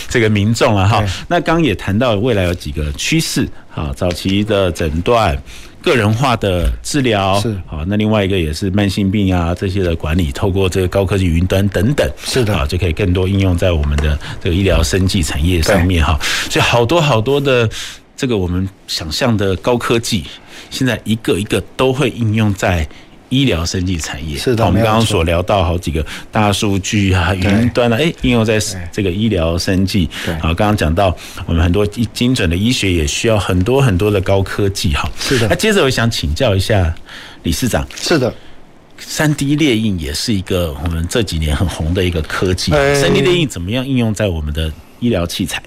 这个民众啊哈对。那刚刚也谈到未来有几个趋势，好，早期的诊断。个人化的治疗是好，那另外一个也是慢性病啊这些的管理，透过这个高科技云端等等，是的啊，就可以更多应用在我们的这个医疗生技产业上面哈。所以好多好多的这个我们想象的高科技，现在一个一个都会应用在。医疗生技产业是的好我们没有刚刚错所聊到好几个大数据啊、对云端啊，哎，应用在这个医疗生技。对好，刚刚讲到我们很多精精准的医学也需要很多很多的高科技哈。是的那接着我想请教一下理事长，是的，三 D 列印也是一个我们这几年很红的一个科技。哎三 D 列印怎么样应用在我们的医疗器材？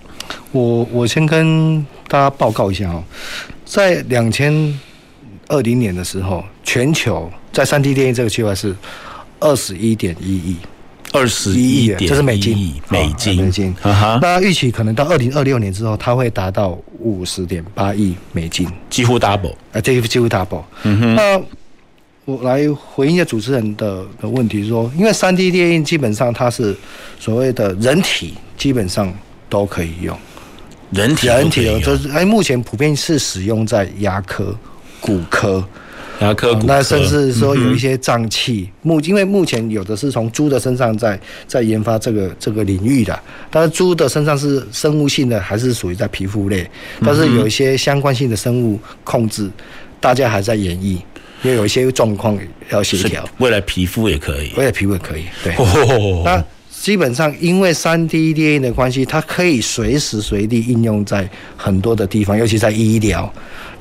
我我先跟大家报告一下哦，在两千二零年的时候，全球在三 D 电影这个区块是二十一点一亿，二十一一亿元点这是美金美金，啊哦美金哈哈，那预期可能到二零二六年之后，它会达到五十点八亿美金，几乎 double。啊，这个几乎 double。嗯哼，那我来回应一下主持人的的问题说因为三 D 电影基本上它是所谓的人体基本上都可以用，人体人体的都啊就是哎，目前普遍是使用在牙科、骨科，牙科哦呃骨科，那甚至说有一些脏器。目、因为目前有的是从猪的身上在在研发这个这个领域的，但是猪的身上是生物性的，还是属于在皮肤类，嗯但是有一些相关性的生物控制，大家还在演绎，因为有一些状况要协是调，未来皮肤也可以。我也皮肤也可以对。哦那基本上因为三 D 列印的关系，它可以随时随地应用在很多的地方，尤其在医疗。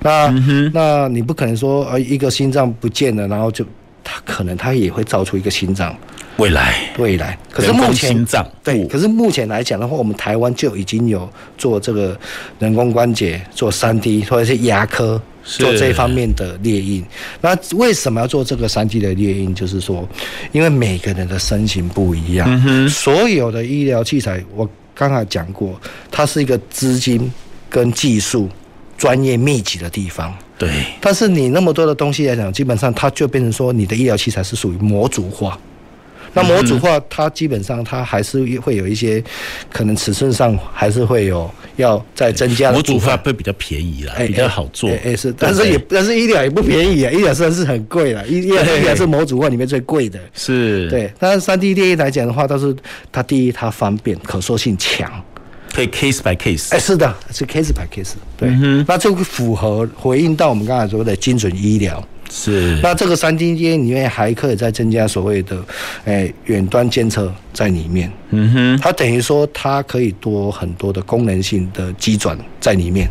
那、那你不可能说呃一个心脏不见了，然后就它可能它也会造出一个心脏未来未来。可是人工目前心脏对，哦可是目前来讲的话，我们台湾就已经有做这个人工关节、做三 D 或者是牙科做这方面的猎鹰。那为什么要做这个三 D 的猎鹰？就是说，因为每个人的身形不一样，嗯、所有的医疗器材，我刚才讲过，它是一个资金跟技术专业密集的地方。对，但是你那么多的东西来讲，基本上它就变成说，你的医疗器材是属于模组化。那模组嗯化，它基本上它还是会有一些，可能尺寸上还是会有要再增加。模组化会比较便宜啦，比较好做。哎是，但是也但是医疗也不便宜啊，医疗算是很贵了，医医疗是模组化里面最贵的。是，对。但是三 D 列印来讲的话，倒是它第一它方便，可塑性强。可以 case by case，哎，是的，是 case by case，对，嗯、那就符合回应到我们刚才说的精准医疗。是，那这个三 D 间里面还可以再增加所谓的，哎，远端监测在里面。嗯哼，它等于说它可以多很多的功能性的机转在里面。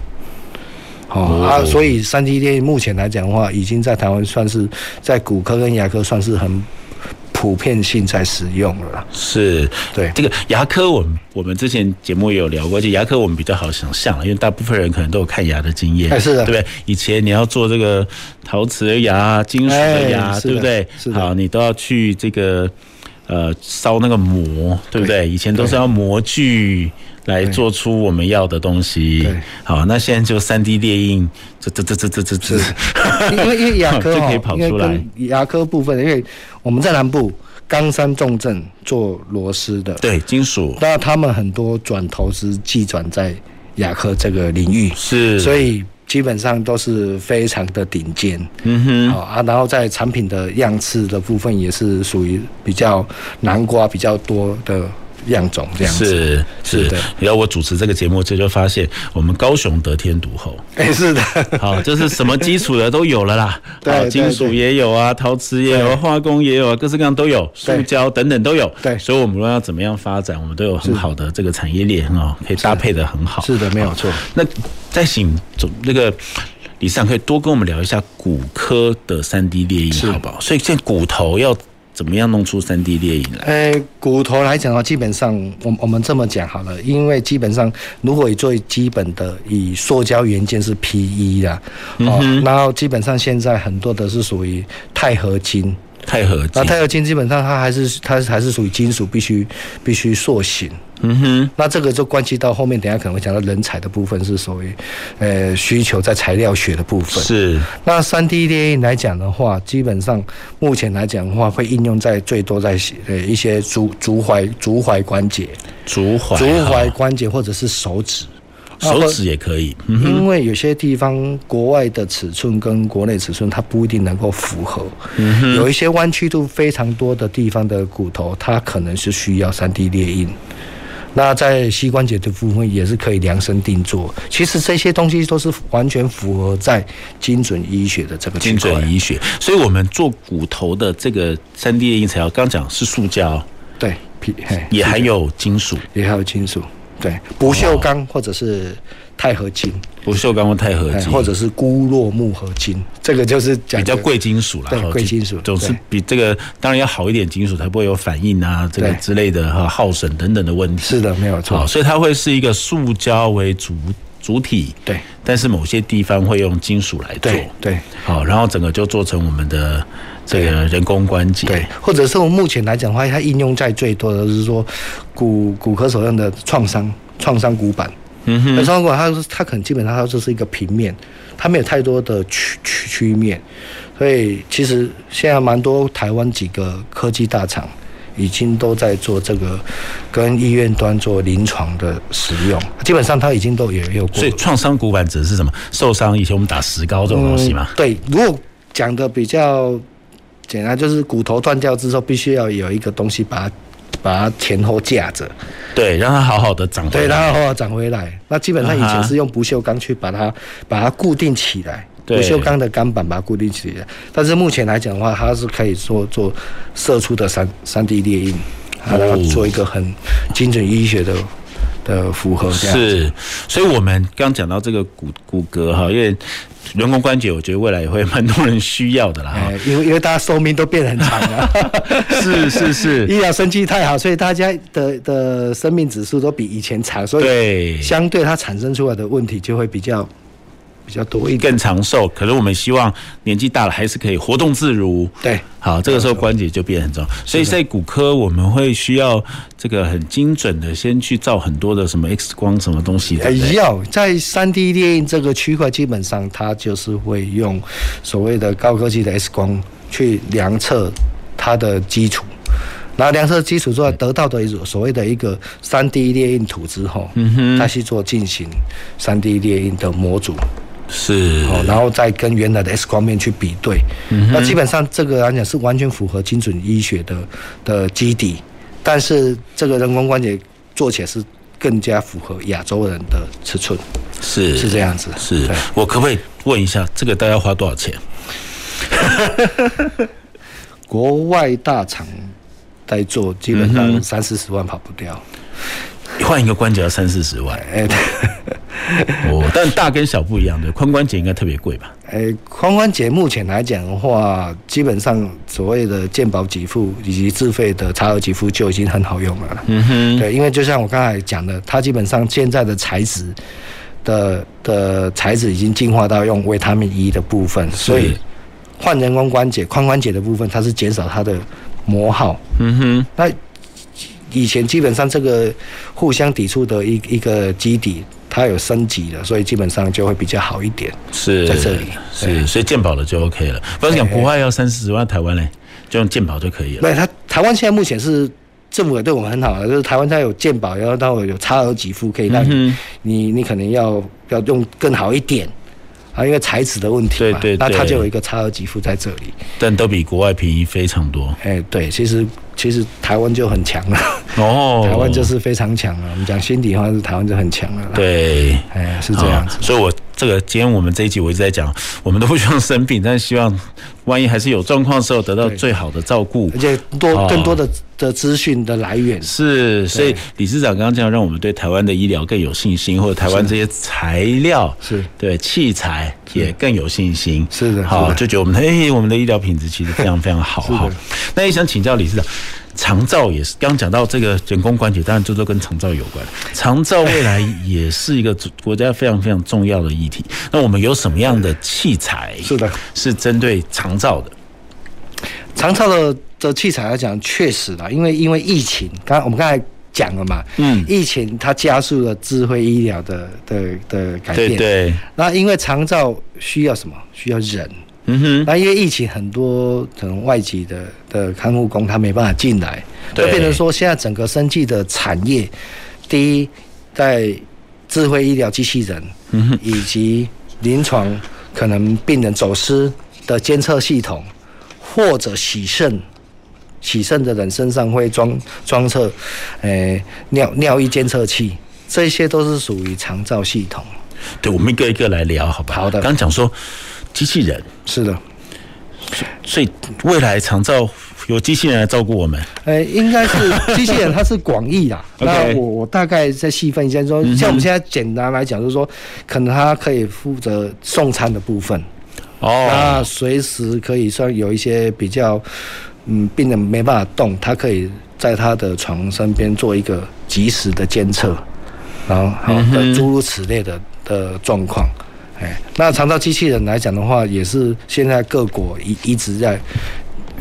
哦啊，所以三 D 电目前来讲的话，已经在台湾算是在骨科跟牙科算是很。普遍性在使用了啦，是对这个牙科，我们我们之前节目也有聊过，就牙科我们比较好想象了，因为大部分人可能都有看牙的经验，哎、是的，对不对？以前你要做这个陶瓷的牙、金属的牙，哎、对不对？好，你都要去这个呃烧那个膜，对不对？对以前都是要模具。来做出我们要的东西。好，那现在就三 D 列印，这这这这这这这，因为因为牙 科就哦可以跑因为出来。跟牙科部分，因为我们在南部冈山重症做螺丝的，对金属，那他们很多转投资技转在牙科这个领域，是，所以基本上都是非常的顶尖。嗯哼，好啊，然后在产品的样式的部分也是属于比较南瓜比较多的样种这样子。是是对，然后我主持这个节目，这就发现我们高雄得天独 厚。 哎，是的，好，就是什么基础的都有了啦，对好对金属对也有啊，陶瓷也有啊，化工也有啊，各式各样都有，塑胶等等都有。对，所以我们论要怎么样发展，我们都有很好的这个产业链哦，可以搭配的很好。是的，没有错。那再请总那个李尚可以多跟我们聊一下骨科的三 D 列印，好不好？所以现在骨头要怎么样弄出三 D 列印来？呃，骨头来讲的话，基本上我我们这么讲好了，因为基本上如果以最基本的以塑胶元件是 PE 啦，嗯哦，然后基本上现在很多的是属于钛合金。钛合金那钛合金基本上它还是它还是属于金属，必须必须塑形。嗯哼，那这个就关系到后面，等一下可能会讲到人才的部分是所谓，呃，需求在材料学的部分。是。那三 D 列印来讲的话，基本上目前来讲的话，会应用在最多在呃一些足足踝足踝关节、足踝足哈踝关节或者是手指。啊手指也可以，嗯哼因为有些地方国外的尺寸跟国内尺寸它不一定能够符合，嗯哼有一些弯曲度非常多的地方的骨头，它可能是需要三 D 列印。那在膝关节的部分也是可以量身定做，其实这些东西都是完全符合在精准医学的这个区精块准医学，所以我们做骨头的这个三 D 的印材料，刚刚讲是塑胶，哦对，皮嘿也还有金属，也还有金属，对，不锈钢或者是钛合金，不锈钢或钛合哎金，或者是钴络木合金，这个就是讲比较贵金属啦，对哈贵金属总是对比这个当然要好一点金属才不会有反应啊，这个对之类的哈耗损等等的问题。是的，没有错好，所以它会是一个塑胶为主主体，对，但是某些地方会用金属来做，对对，好，然后整个就做成我们的这个人工关节，对，或者是我目前来讲的话，它应用在最多的就是说骨骨科所用的创伤创伤骨板。嗯哼那创伤骨板它它可能基本上它就是一个平面，它没有太多的曲曲曲面，所以其实现在蛮多台湾几个科技大厂。已经都在做这个，跟医院端做临床的使用，基本上它已经都也有过。所以创伤骨板指的是什么？受伤以前我们打石膏这种东西嘛，嗯对，如果讲的比较简单，就是骨头断掉之后，必须要有一个东西把它把它前后架着，对，让它好好的长回对，然来。后好好长回来。那基本上以啊前哈是用不锈钢去把它把它固定起来。不啊对锈钢的钢板把它固定起来，但是目前来讲的话，它是可以做做射出的三三 D 列印，啊然后做一个很精准医学的的符合这样子。是，所以我们刚讲到这个骨骨骼哈，因为人工关节，我觉得未来也会蛮多人需要的啦。哈哎，因为因为大家寿命都变得很长啊 了，是是 是医疗生机太好，所以大家的的生命指数都比以前长，所以对相对它产生出来的问题就会比较比较多一点，更长寿。可是我们希望年纪大了还是可以活动自如。对，好，这个时候关节就变得很重要。所以在骨科，我们会需要这个很精准的先去照很多的什么 X 光什么东西的。呃，要在三 D 列印这个区块，基本上它就是会用所谓的高科技的 X 光去量测它的基础，然后量测基础之后得到的一种所谓的一个三 D 列印图之后，嗯哼它去做进行三 D 列印的模组，是哦，然后再跟原来的 X 光面去比对，嗯嗯哼那基本上这个来讲是完全符合精准医学的的基底，但是这个人工关节做起来是更加符合亚洲人的尺寸。是是这样子是对我可不可以问一下，这个大概要花多少 钱？国外大厂在做，基本嗯上哼三四十万跑不掉。换一个关节要三四十万。哎，哦，但大跟小不一样的，髋关节应该特别贵吧？诶、髋关哎节目前来讲的话，基本上所谓的健保给付以及自费的差额给付就已经很好用了。嗯哼，对，因为就像我刚才讲的，它基本上现在的材质的的材质已经进化到用维他命 E 的部分，所以换人工关节、髋关节的部分，它是减少它的磨耗。嗯哼，那以前基本上这个互相抵触的一一个基底，它有升级了，所以基本上就会比较好一点。是在这里是，所以健保的就 OK 了。不是讲国外要三四十万，台湾嘞就用健保就可以了。对，它台湾现在目前是政府也对我们很好的，啊就是台湾它有健保，然后它有差额给付，可以让你、嗯哼你你可能要要用更好一点啊，因为材质的问题嘛，对对对那它就有一个差额给付在这里。但都比国外便宜非常多。哎、对，其实其实台湾就很强了，哦，台湾就是非常强了。我们讲心底话是台湾就很强了啦。对，哎，是这样子。啊所以我这个今天我们这一集我一直在讲，我们都不希望生病，但是希望万一还是有状况的时候得到最好的照顾。而且多哦更多的的资讯的来源，是，所以理事长刚刚这样，让我们对台湾的医疗更有信心，或者台湾这些材料是对器材也更有信心。是的，好，是的就觉得我们 哎，我们的医疗品质其实非常非常好哈。那也想请教理事长，长照也是刚刚讲到这个人工关节，当然这都跟长照有关。长照未来也是一个国家非常非常重要的议 题。那我们有什么样的器材是的，是针对长照的？长照的的器材来讲，确实啦，因为因为疫情，刚我们刚才讲了嘛，嗯疫情它加速了智慧医疗的的的改变。对对，那因为长照需要什么？需要人。嗯哼，那因为疫情，很多可能外籍的的看护工他没办法进来，就对变成说现在整个生技的产业，第一在智慧医疗机器人，嗯哼以及临床可能病人走失的监测系统，或者洗肾。洗肾的人身上会装装测，诶、尿尿液监测器，这些都是属于长照系统。对，我们一个一个来聊，好吧？好的。刚讲说机器人，是的。所以未来长照有机器人来照顾我们，呃，应该是机器人，它是广义 啦。那 OK 我我大概再细分一下，说嗯哼像我们现在简单来讲，就是说，可能它可以负责送餐的部分。哦那随时可以算有一些比较，嗯，病人没办法动，它可以在他的床身边做一个及时的监测，然后好嗯哼的诸如此类的的状况。哎，那肠道机器人来讲的话，也是现在各国一一直在，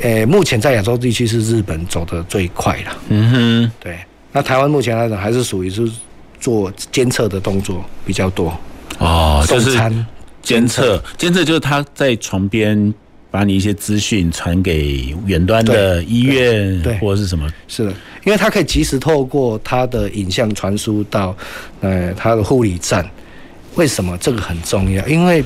诶，目前在亚洲地区是日本走的最快了。嗯哼，对，那台湾目前来讲还是属于是做监测的动作比较多。哦，就送是餐监测，监测就是他在床边把你一些资讯传给远端的医院对对或者是什么，是的，因为它可以及时透过它的影像传输到，呃，它的护理站。为什么这个很重要？因为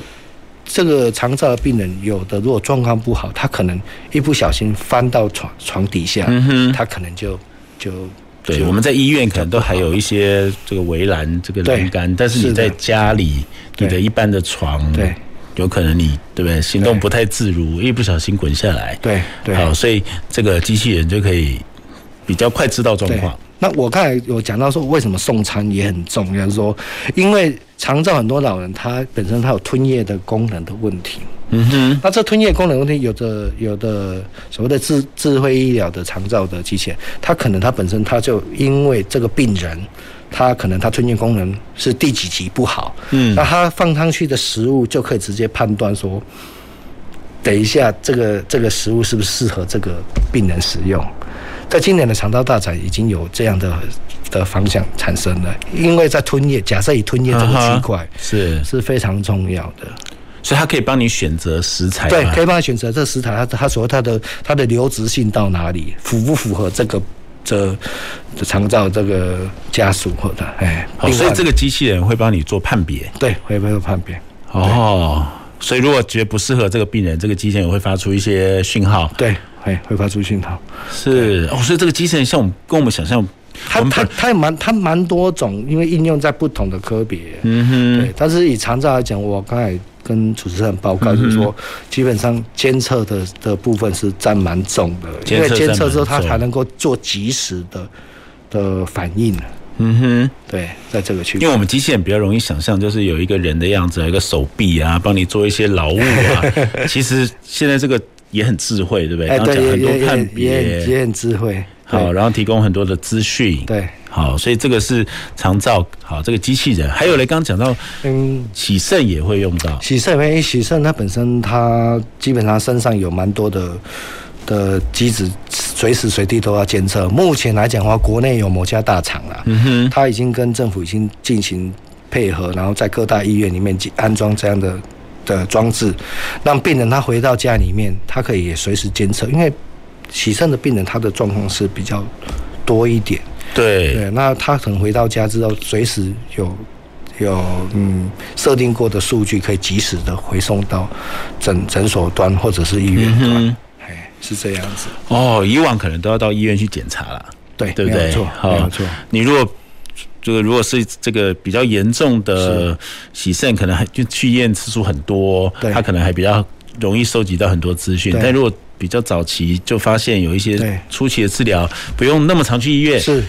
这个肠照的病人，有的如果状况不好，他可能一不小心翻到床床底下，嗯哼他可能就就对，就我们在医院可能都还有一些这个围栏、这个对栏杆，但是你是在的家里，你的一般的床，对，有可能你对不对，行动不太自如，一不小心滚下来，对对好，所以这个机器人就可以比较快知道状况，那我刚才有讲到说，为什么送餐也很重要，说因为肠照很多老人他本身他有吞咽的功能的问题，嗯哼，那这吞咽功能问题，有的有的所谓的智智慧医疗的长照的机器人，它可能它本身它就因为这个病人它可能它吞咽功能是第几级不好，嗯那它放上去的食物就可以直接判断说，等一下这个这个食物是不是适合这个病人使用。在今年的肠道大展已经有这样的的方向产生了，因为在吞咽，假设以吞咽嗯这个区块、是是非常重要的。所以它可以帮你选择食材嘛，对，可以帮他选择这食材，它它所谓它的它的流质性到哪里，符不符合这个这这肠道这个家属或者哎，哦，所以这个机器人会帮你做判别。对，会不会判别？哦，所以如果觉得不适合这个病人，这个机器人也会发出一些讯号。对，会会发出讯号。是哦，所以这个机器人像我们跟我们想象，它它它蛮它蛮多种，因为应用在不同的科别。嗯哼，对，但是以肠道来讲，我刚才跟主持人报嗯告就是说，基本上监测的的部分是占蛮重的，因为监测占监测之后蛮它重才能够做及时的的反应。啊嗯哼，对，在这个区因为我们机器人比较容易想象，就是有一个人的样子，有一个手臂啊，帮你做一些劳务 啊。其实现在这个也很智慧，对不对？哎，刚刚讲对，也很也多判也也也别，很智慧。好，然后提供很多的资讯，对，好，所以这个是长照，好，这个机器人，还有嘞，刚刚讲到，嗯，洗肾也会用到，喜肾，因为喜肾它本身它基本上身上有蛮多的的机子，随时随地都要监测。目前来讲的话，国内有某家大厂啦，嗯哼，它已经跟政府已经进行配合，然后在各大医院里面安装这样的的装置，让病人他回到家里面，他可以也随时监测，因为洗肾的病人他的状况是比较多一点。对对，那他可能回到家之后，随时有有嗯设定过的数据可以及时的回送到诊诊所端或者是医院端，嗯哎，是这样子。哦，以往可能都要到医院去检查了，对对不没对？有错好没有错你如果这个如果是这个比较严重的洗肾，可能还就去医院次数很多，对他可能还比较容易收集到很多资讯。对但如果比较早期就发现有一些对初期的治疗，不用那么常去医院是。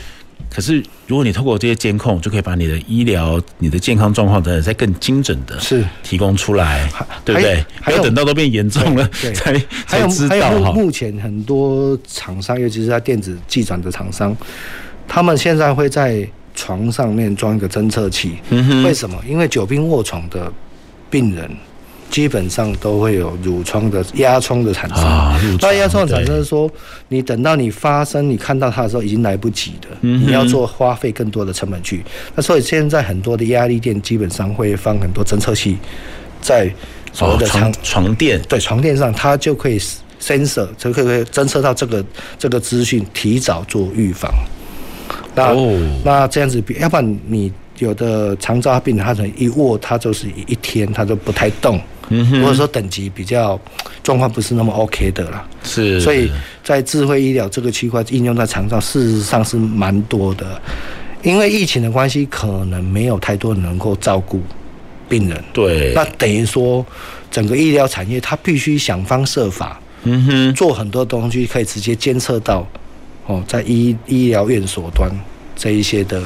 可是，如果你透过这些监控，就可以把你的医疗、你的健康状况等等，再更精准的是提供出来，对不还对？不还有要等到都变严重了对对才还才有知还有道目哈。目前很多厂商，尤其是在电子寄转的厂商，他们现在会在床上面装一个侦测器。嗯哼为什么？因为久病卧床的病人基本上都会有褥疮的压疮的产生。啊褥疮那压疮的产生是说，你等到你发生你看到它的时候，已经来不及了。嗯哼你要做花费更多的成本去。那所以现在很多的压力垫基本上会放很多侦测器在所谓的哦床床床垫，对床垫上，它就可以 sensor 就可以侦测到这个这个资讯，提早做预防。那、哦那这样子比，要不然你有的肠照病人，他可能一卧他就是一一天，他就不太动，嗯哼或者说等级比较状况不是那么 OK 的啦。是，所以在智慧医疗这个区块应用在肠道，事实上是蛮多的。因为疫情的关系，可能没有太多人能够照顾病人。对那等于说，整个医疗产业它必须想方设法，嗯哼，做很多东西可以直接监测到，哦，在医医疗院所端这一些的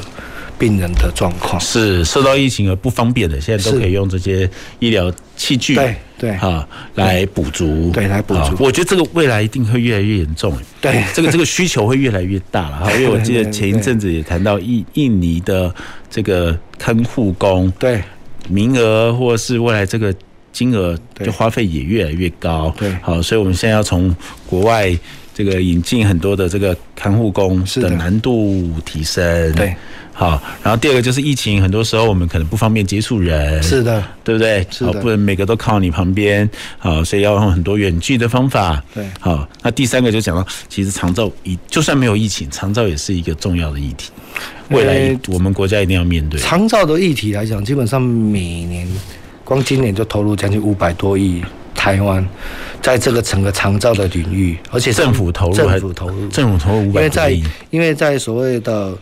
病人的状况。是受到疫情而不方便的，现在都是可以用这些医疗器具，对对啊，来补足，对来补足啊我觉得这个未来一定会越来越严重，对这个这个需求会越来越大 了哈，因为我记得对对前一阵子也谈到印印尼的这个看护工，对，名额或者是未来这个。金额就花费也越来越高，对好，所以我们现在要从国外这个引进很多的这个看护工的难度提升，对，好，然后第二个就是疫情，很多时候我们可能不方便接触人，是的，对不对？是好的不能每个都靠你旁边，好，所以要用很多远距的方法。对好，那第三个就讲到，其实长照一就算没有疫情，长照也是一个重要的议题，未来呃我们国家一定要面对。长照的议题来讲，基本上每年光今年就投入将近五百多亿台湾，在这个整个长照的领域，而且政府投入还，政府投入，政府投入五因百为在亿，因为在所谓的。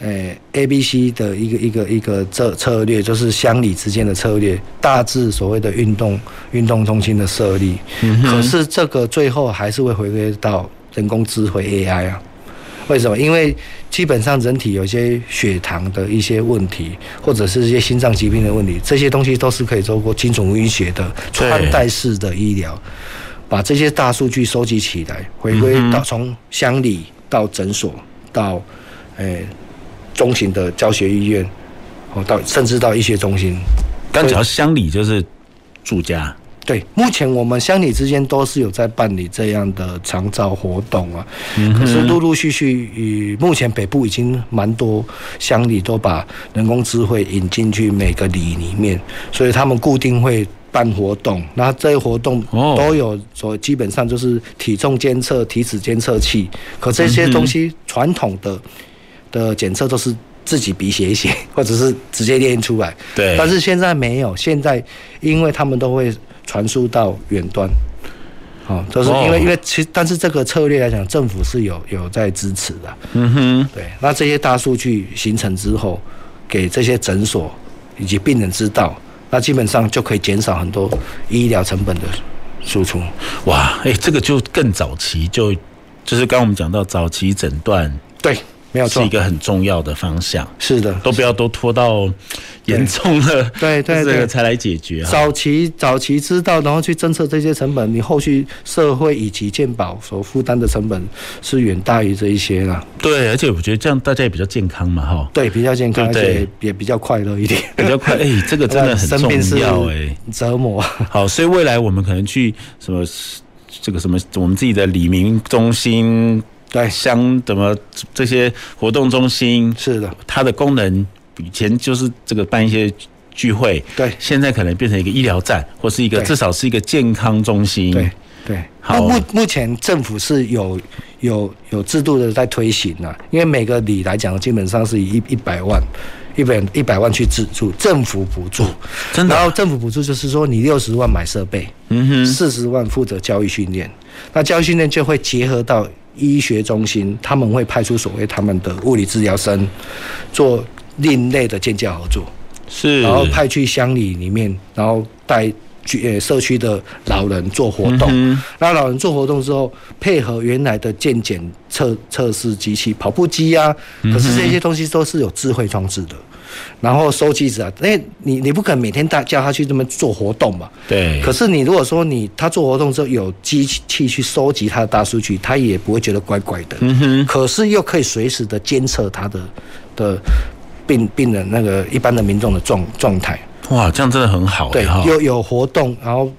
诶，A、B、C 的一个一个一个策策略，就是乡里之间的策略，大致所谓的运动运动中心的设立，嗯哼可是这个最后还是会回归到人工智慧 AI 啊。为什么？因为基本上人体有一些血糖的一些问题，或者是一些心脏疾病的问题，这些东西都是可以透过精准医学的对穿戴式的医疗，把这些大数据收集起来，回归嗯哼到从乡里到诊所到，诶、中型的教学医院，哦，到甚至到医学中心。但只要乡里就是住家。对，目前我们乡里之间都是有在办理这样的长照活动啊。嗯哼可是陆陆续续，呃，目前北部已经蛮多乡里都把人工智慧引进去每个里里面，所以他们固定会。办活动，那这些活动哦都有所基本上就是体重监测、体脂监测器，可这嗯些东西传统的的检测都是自己鼻写一写， 或者是直接列印出来。对但是现在没有，现在因为他们都会传输到远端，哦，就是因哦为、因为其实但是这个策略来讲，政府是有有在支持的。嗯哼，对，那这些大数据形成之后，给这些诊所以及病人知道，那基本上就可以减少很多医疗成本的输出。哇，哎、这个就更早期就，就是刚刚我们讲到早期诊断，对，没有错是一个很重要的方向。是的，都不要都拖到严重了，对对对这个才来解决啊哈。早期早期知道，然后去侦测这些成本，你后续社会以及健保所负担的成本是远大于这一些啦。对，而且我觉得这样大家也比较健康嘛， 哈。对，比较健康，对不对而且也比较快乐一点。比较快，哎、 这个真 的很生病是重要、哎，折磨。 好，所以未来我们可能去什么这个什么我们自己的李明中心，哎对，乡怎么这些活动中心，是的，它的功能以前就是这个办一些。聚会，对，现在可能变成一个医疗站，或是一个对至少是一个健康中心，对对，好啊那目目前政府是有有有制度的在推行啊，因为每个里来讲，基本上是以一一百万。一百一百万去资助政府补助，真的啊然后政府补助就是说你六十万买设备，嗯哼，四十万负责教育训练，那教育训练就会结合到医学中心，他们会派出所谓他们的物理治疗生做另类的建教合作，是，然后派去乡里里面，然后带居呃社区的老人做活动。嗯那老人做活动之后，配合原来的健检测测试机器、跑步机啊，嗯哼可是这些东西都是有智慧装置的。然后收集子啊，因为你你不可能每天大叫他去这么做活动嘛。对，可是你如果说你他做活动之后有机器去收集他的大数据，他也不会觉得怪怪的。嗯哼，可是又可以随时的监测他的的病病人那个一般的民众的状状态。哇，这样真的很好、对哎哈，又有活动，然后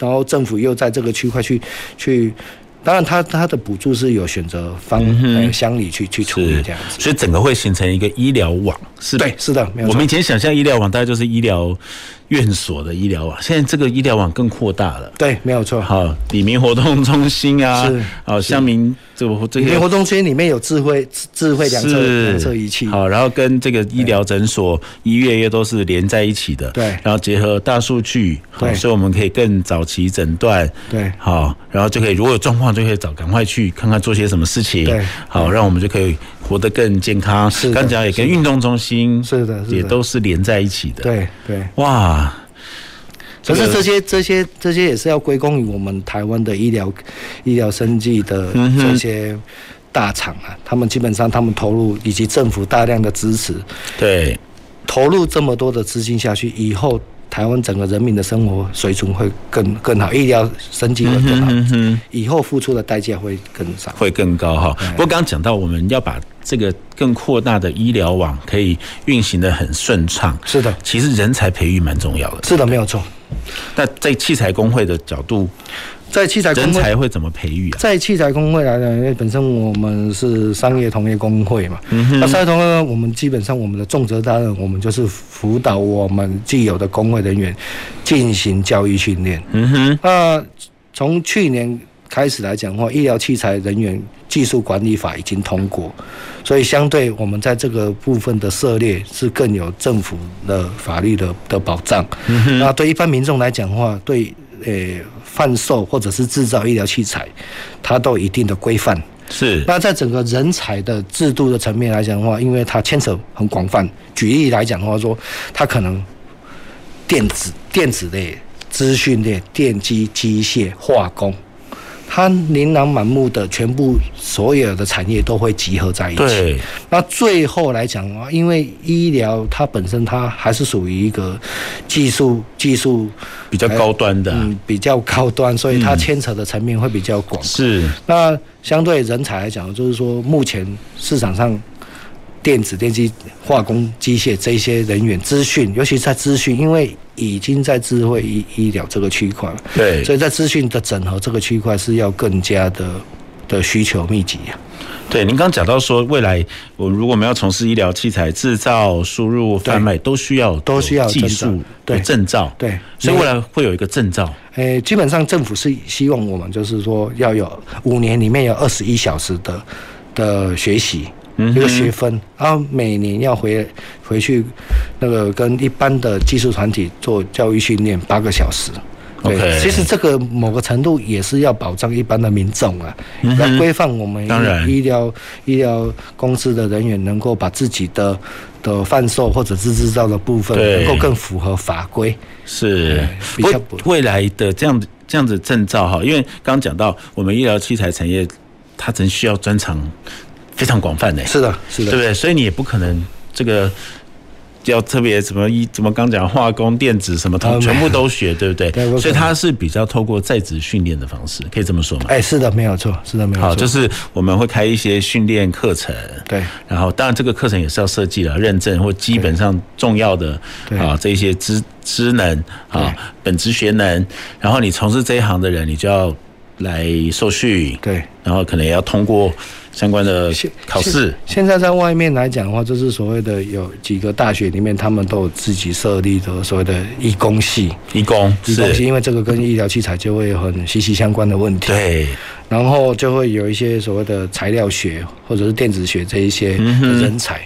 然后政府又在这个区块去去，当然他他的补助是有选择方、嗯哼呃乡里去去处理是这样子。所以整个会形成一个医疗网，是吧对，是的，没有我错们以前想象医疗网大概就是医疗院所的医疗网，现在这个医疗网更扩大了。对，没有错。好，李明活动中心啊是，好，乡民这个这里些面活动圈里面有智慧智智慧量测是量测仪器，好，然后跟这个医疗诊所、医院也都是连在一起的，对然后结合大数据，好，对所以我们可以更早期诊断，对好，然后就可以如果有状况就可以早赶快去看看做些什么事情，对好，让我们就可以活得更健康。是的刚讲也跟是的运动中心是的是的也都是连在一起的，，对对。哇，可是这个这些这些这些也是要归功于我们台湾的医疗医疗生技的嗯哼这些大厂啊，他们基本上他们投入以及政府大量的支持，对，投入这么多的资金下去，以后台湾整个人民的生活水准会更更好，医疗生技会嗯更哼好，哼哼。以后付出的代价会更少。会更高哈。不过刚刚讲到，我们要把这个更扩大的医疗网可以运行的很顺畅。是的，其实人才培育蛮重要的。是的，没有错。那在器材工会的角度，在器材人哎工才会，会怎么培育啊？在器材工会来讲，因为本身我们是商业同业工会嘛，嗯那哼，赛同呢，我们基本上我们的重责大任，我们就是辅导我们既有的工会人员进行教育训练。嗯哼，那从去年开始来讲的话，医疗器材人员技术管理法已经通过，所以相对我们在这个部分的涉猎是更有政府的法律的的保障。那对一般民众来讲的话，对呃贩售或者是制造医疗器材，它都有一定的规范。是那在整个人才的制度的层面来讲的话，因为它牵扯很广泛。举例来讲的话说，它可能电子、电子类、资讯类、电机、机械、化工，它琳琅满目的全部所有的产业都会集合在一起。对，那最后来讲的话，因为医疗它本身它还是属于一个技术技术比较高端的啊嗯比较高端，所以它嗯牵扯的层面会比较广。是那相对人才来讲，就是说目前市场上电子、电机、化工、机械这些人员资讯，尤其是在资讯，因为已经在智慧医医疗这个区块了，对所以在资讯的整合这个区块是要更加的的需求密集啊。对，您刚讲到说，未来我如果我们要从事医疗器材制造、输入、贩卖，都需要都需要有技证术照对有证照，对所以未来会有一个证照。诶、基本上政府是希望我们就是说要有五年里面有二十一小时的的学习，嗯一哼个学分，然后每年要回回去那个跟一般的技术团体做教育训练八个小时。对 OK 其实这个某个程度也是要保障一般的民众啊，嗯哼来规范我们当然医医疗医疗公司的人员能够把自己的的贩售或者是制造的部分对能够更符合法规。是，比较不过未来的这样子这样子证照哈，因为刚刚讲到我们医疗器材产业，它真需要专长非常广泛的，是的，是的对不对？所以你也不可能这个。要特别什么医，怎么刚讲化工、电子什么，啊没通有全部都学，对不对对不可？能所以它是比较透过在职训练的方式，可以这么说吗？哎，是的，没有错，是的，没有错。好，就是我们会开一些训练课程，对，然后当然这个课程也是要设计了认证或基本上重要的对啊这些知知能啊本职学能，然后你从事这一行的人，你就要来受训，对，然后可能也要通过相关的考试现。现在在外面来讲的话，就是所谓的有几个大学里面，他们都有自己设立的所谓的医工系。医工医工系，是，因为这个跟医疗器材就会有很息息相关的问题。对，然后就会有一些所谓的材料学或者是电子学这一些嗯哼的人才。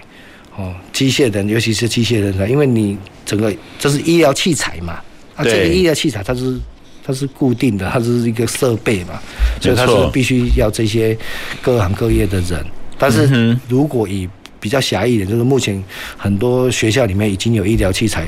哦，机械人，尤其是机械人才，因为你整个这是医疗器材嘛，啊，对这个医疗器材它是它是固定的，它是一个设备嘛，所以它是没错必须要这些各行各业的人。但嗯是如果以比较狭义一点，就是目前很多学校里面已经有医疗器材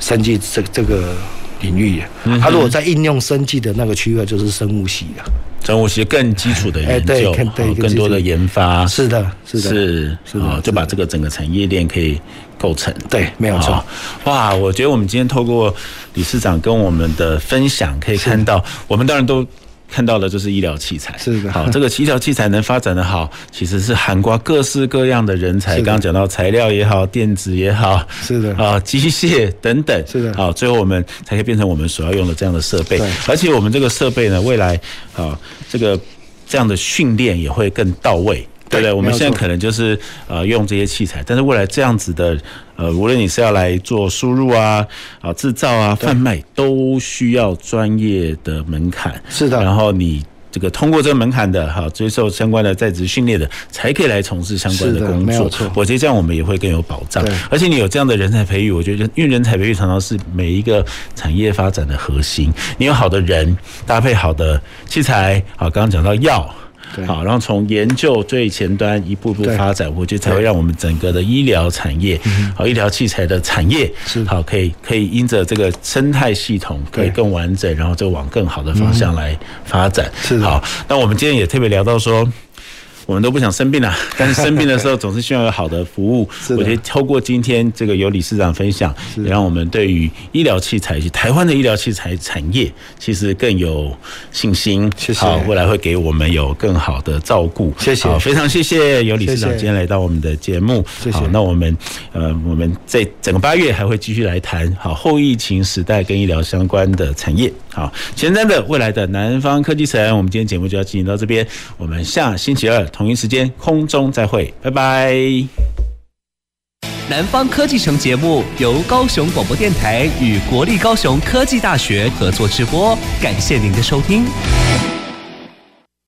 生技这这个领域了，它、嗯哼如果在应用生技的那个区域，就是生物系啊了。生物学更基础的哎研对究，更对好更更多的基础研发，是的，是的，是是的啊是就把这个整个产业链可以构成。对，没有错好。哇，我觉得我们今天透过理事长跟我们的分享，可以看到，我们当然都。看到的就是医疗器材，是的好，这个医疗器材能发展的好，其实是涵盖各式各样的人才。是的刚刚讲到材料也好，电子也好，是的啊，机械等等，是的好，最后我们才可以变成我们所要用的这样的设备对。而且我们这个设备呢，未来啊，这个这样的训练也会更到位。对不对？对我们没有错现在可能就是呃用这些器材，但是未来这样子的呃，无论你是要来做输入啊、啊制造啊、贩卖，都需要专业的门槛。是的然后你这个通过这个门槛的哈，接受相关的在职训练的，才可以来从事相关是的工没作有错。我觉得这样我们也会更有保障对。而且你有这样的人才培育，我觉得因为人才培育常常是每一个产业发展的核心。你有好的人，搭配好的器材，好，刚刚讲到药。对好，然后从研究最前端一步步对嗯发展，我觉得才会让我们整个的医疗产业，好医疗器材的产业，是好可以可以因着这个生态系统可以对嗯更完整，然后就往更好的方向来发展。是的好，那我们今天也特别聊到说。我们都不想生病啊，但是生病的时候总是希望有好的服 务。的我觉得透过今天这个由理事长分享，也让我们对于医疗器材以及台湾的医疗器材产业其实更有信心。谢谢好，未来会给我们有更好的照顾。谢谢好非常谢谢由理事长谢谢今天来到我们的节目。谢谢好，那我们呃，我们在整个八月还会继续来谈好后疫情时代跟医疗相关的产业。好，前瞻的未来的南方科技城，我们今天节目就要进行到这边，我们下星期二同一时间空中再会，拜拜。南方科技城节目由高雄广播电台与国立高雄科技大学合作直播，感谢您的收听。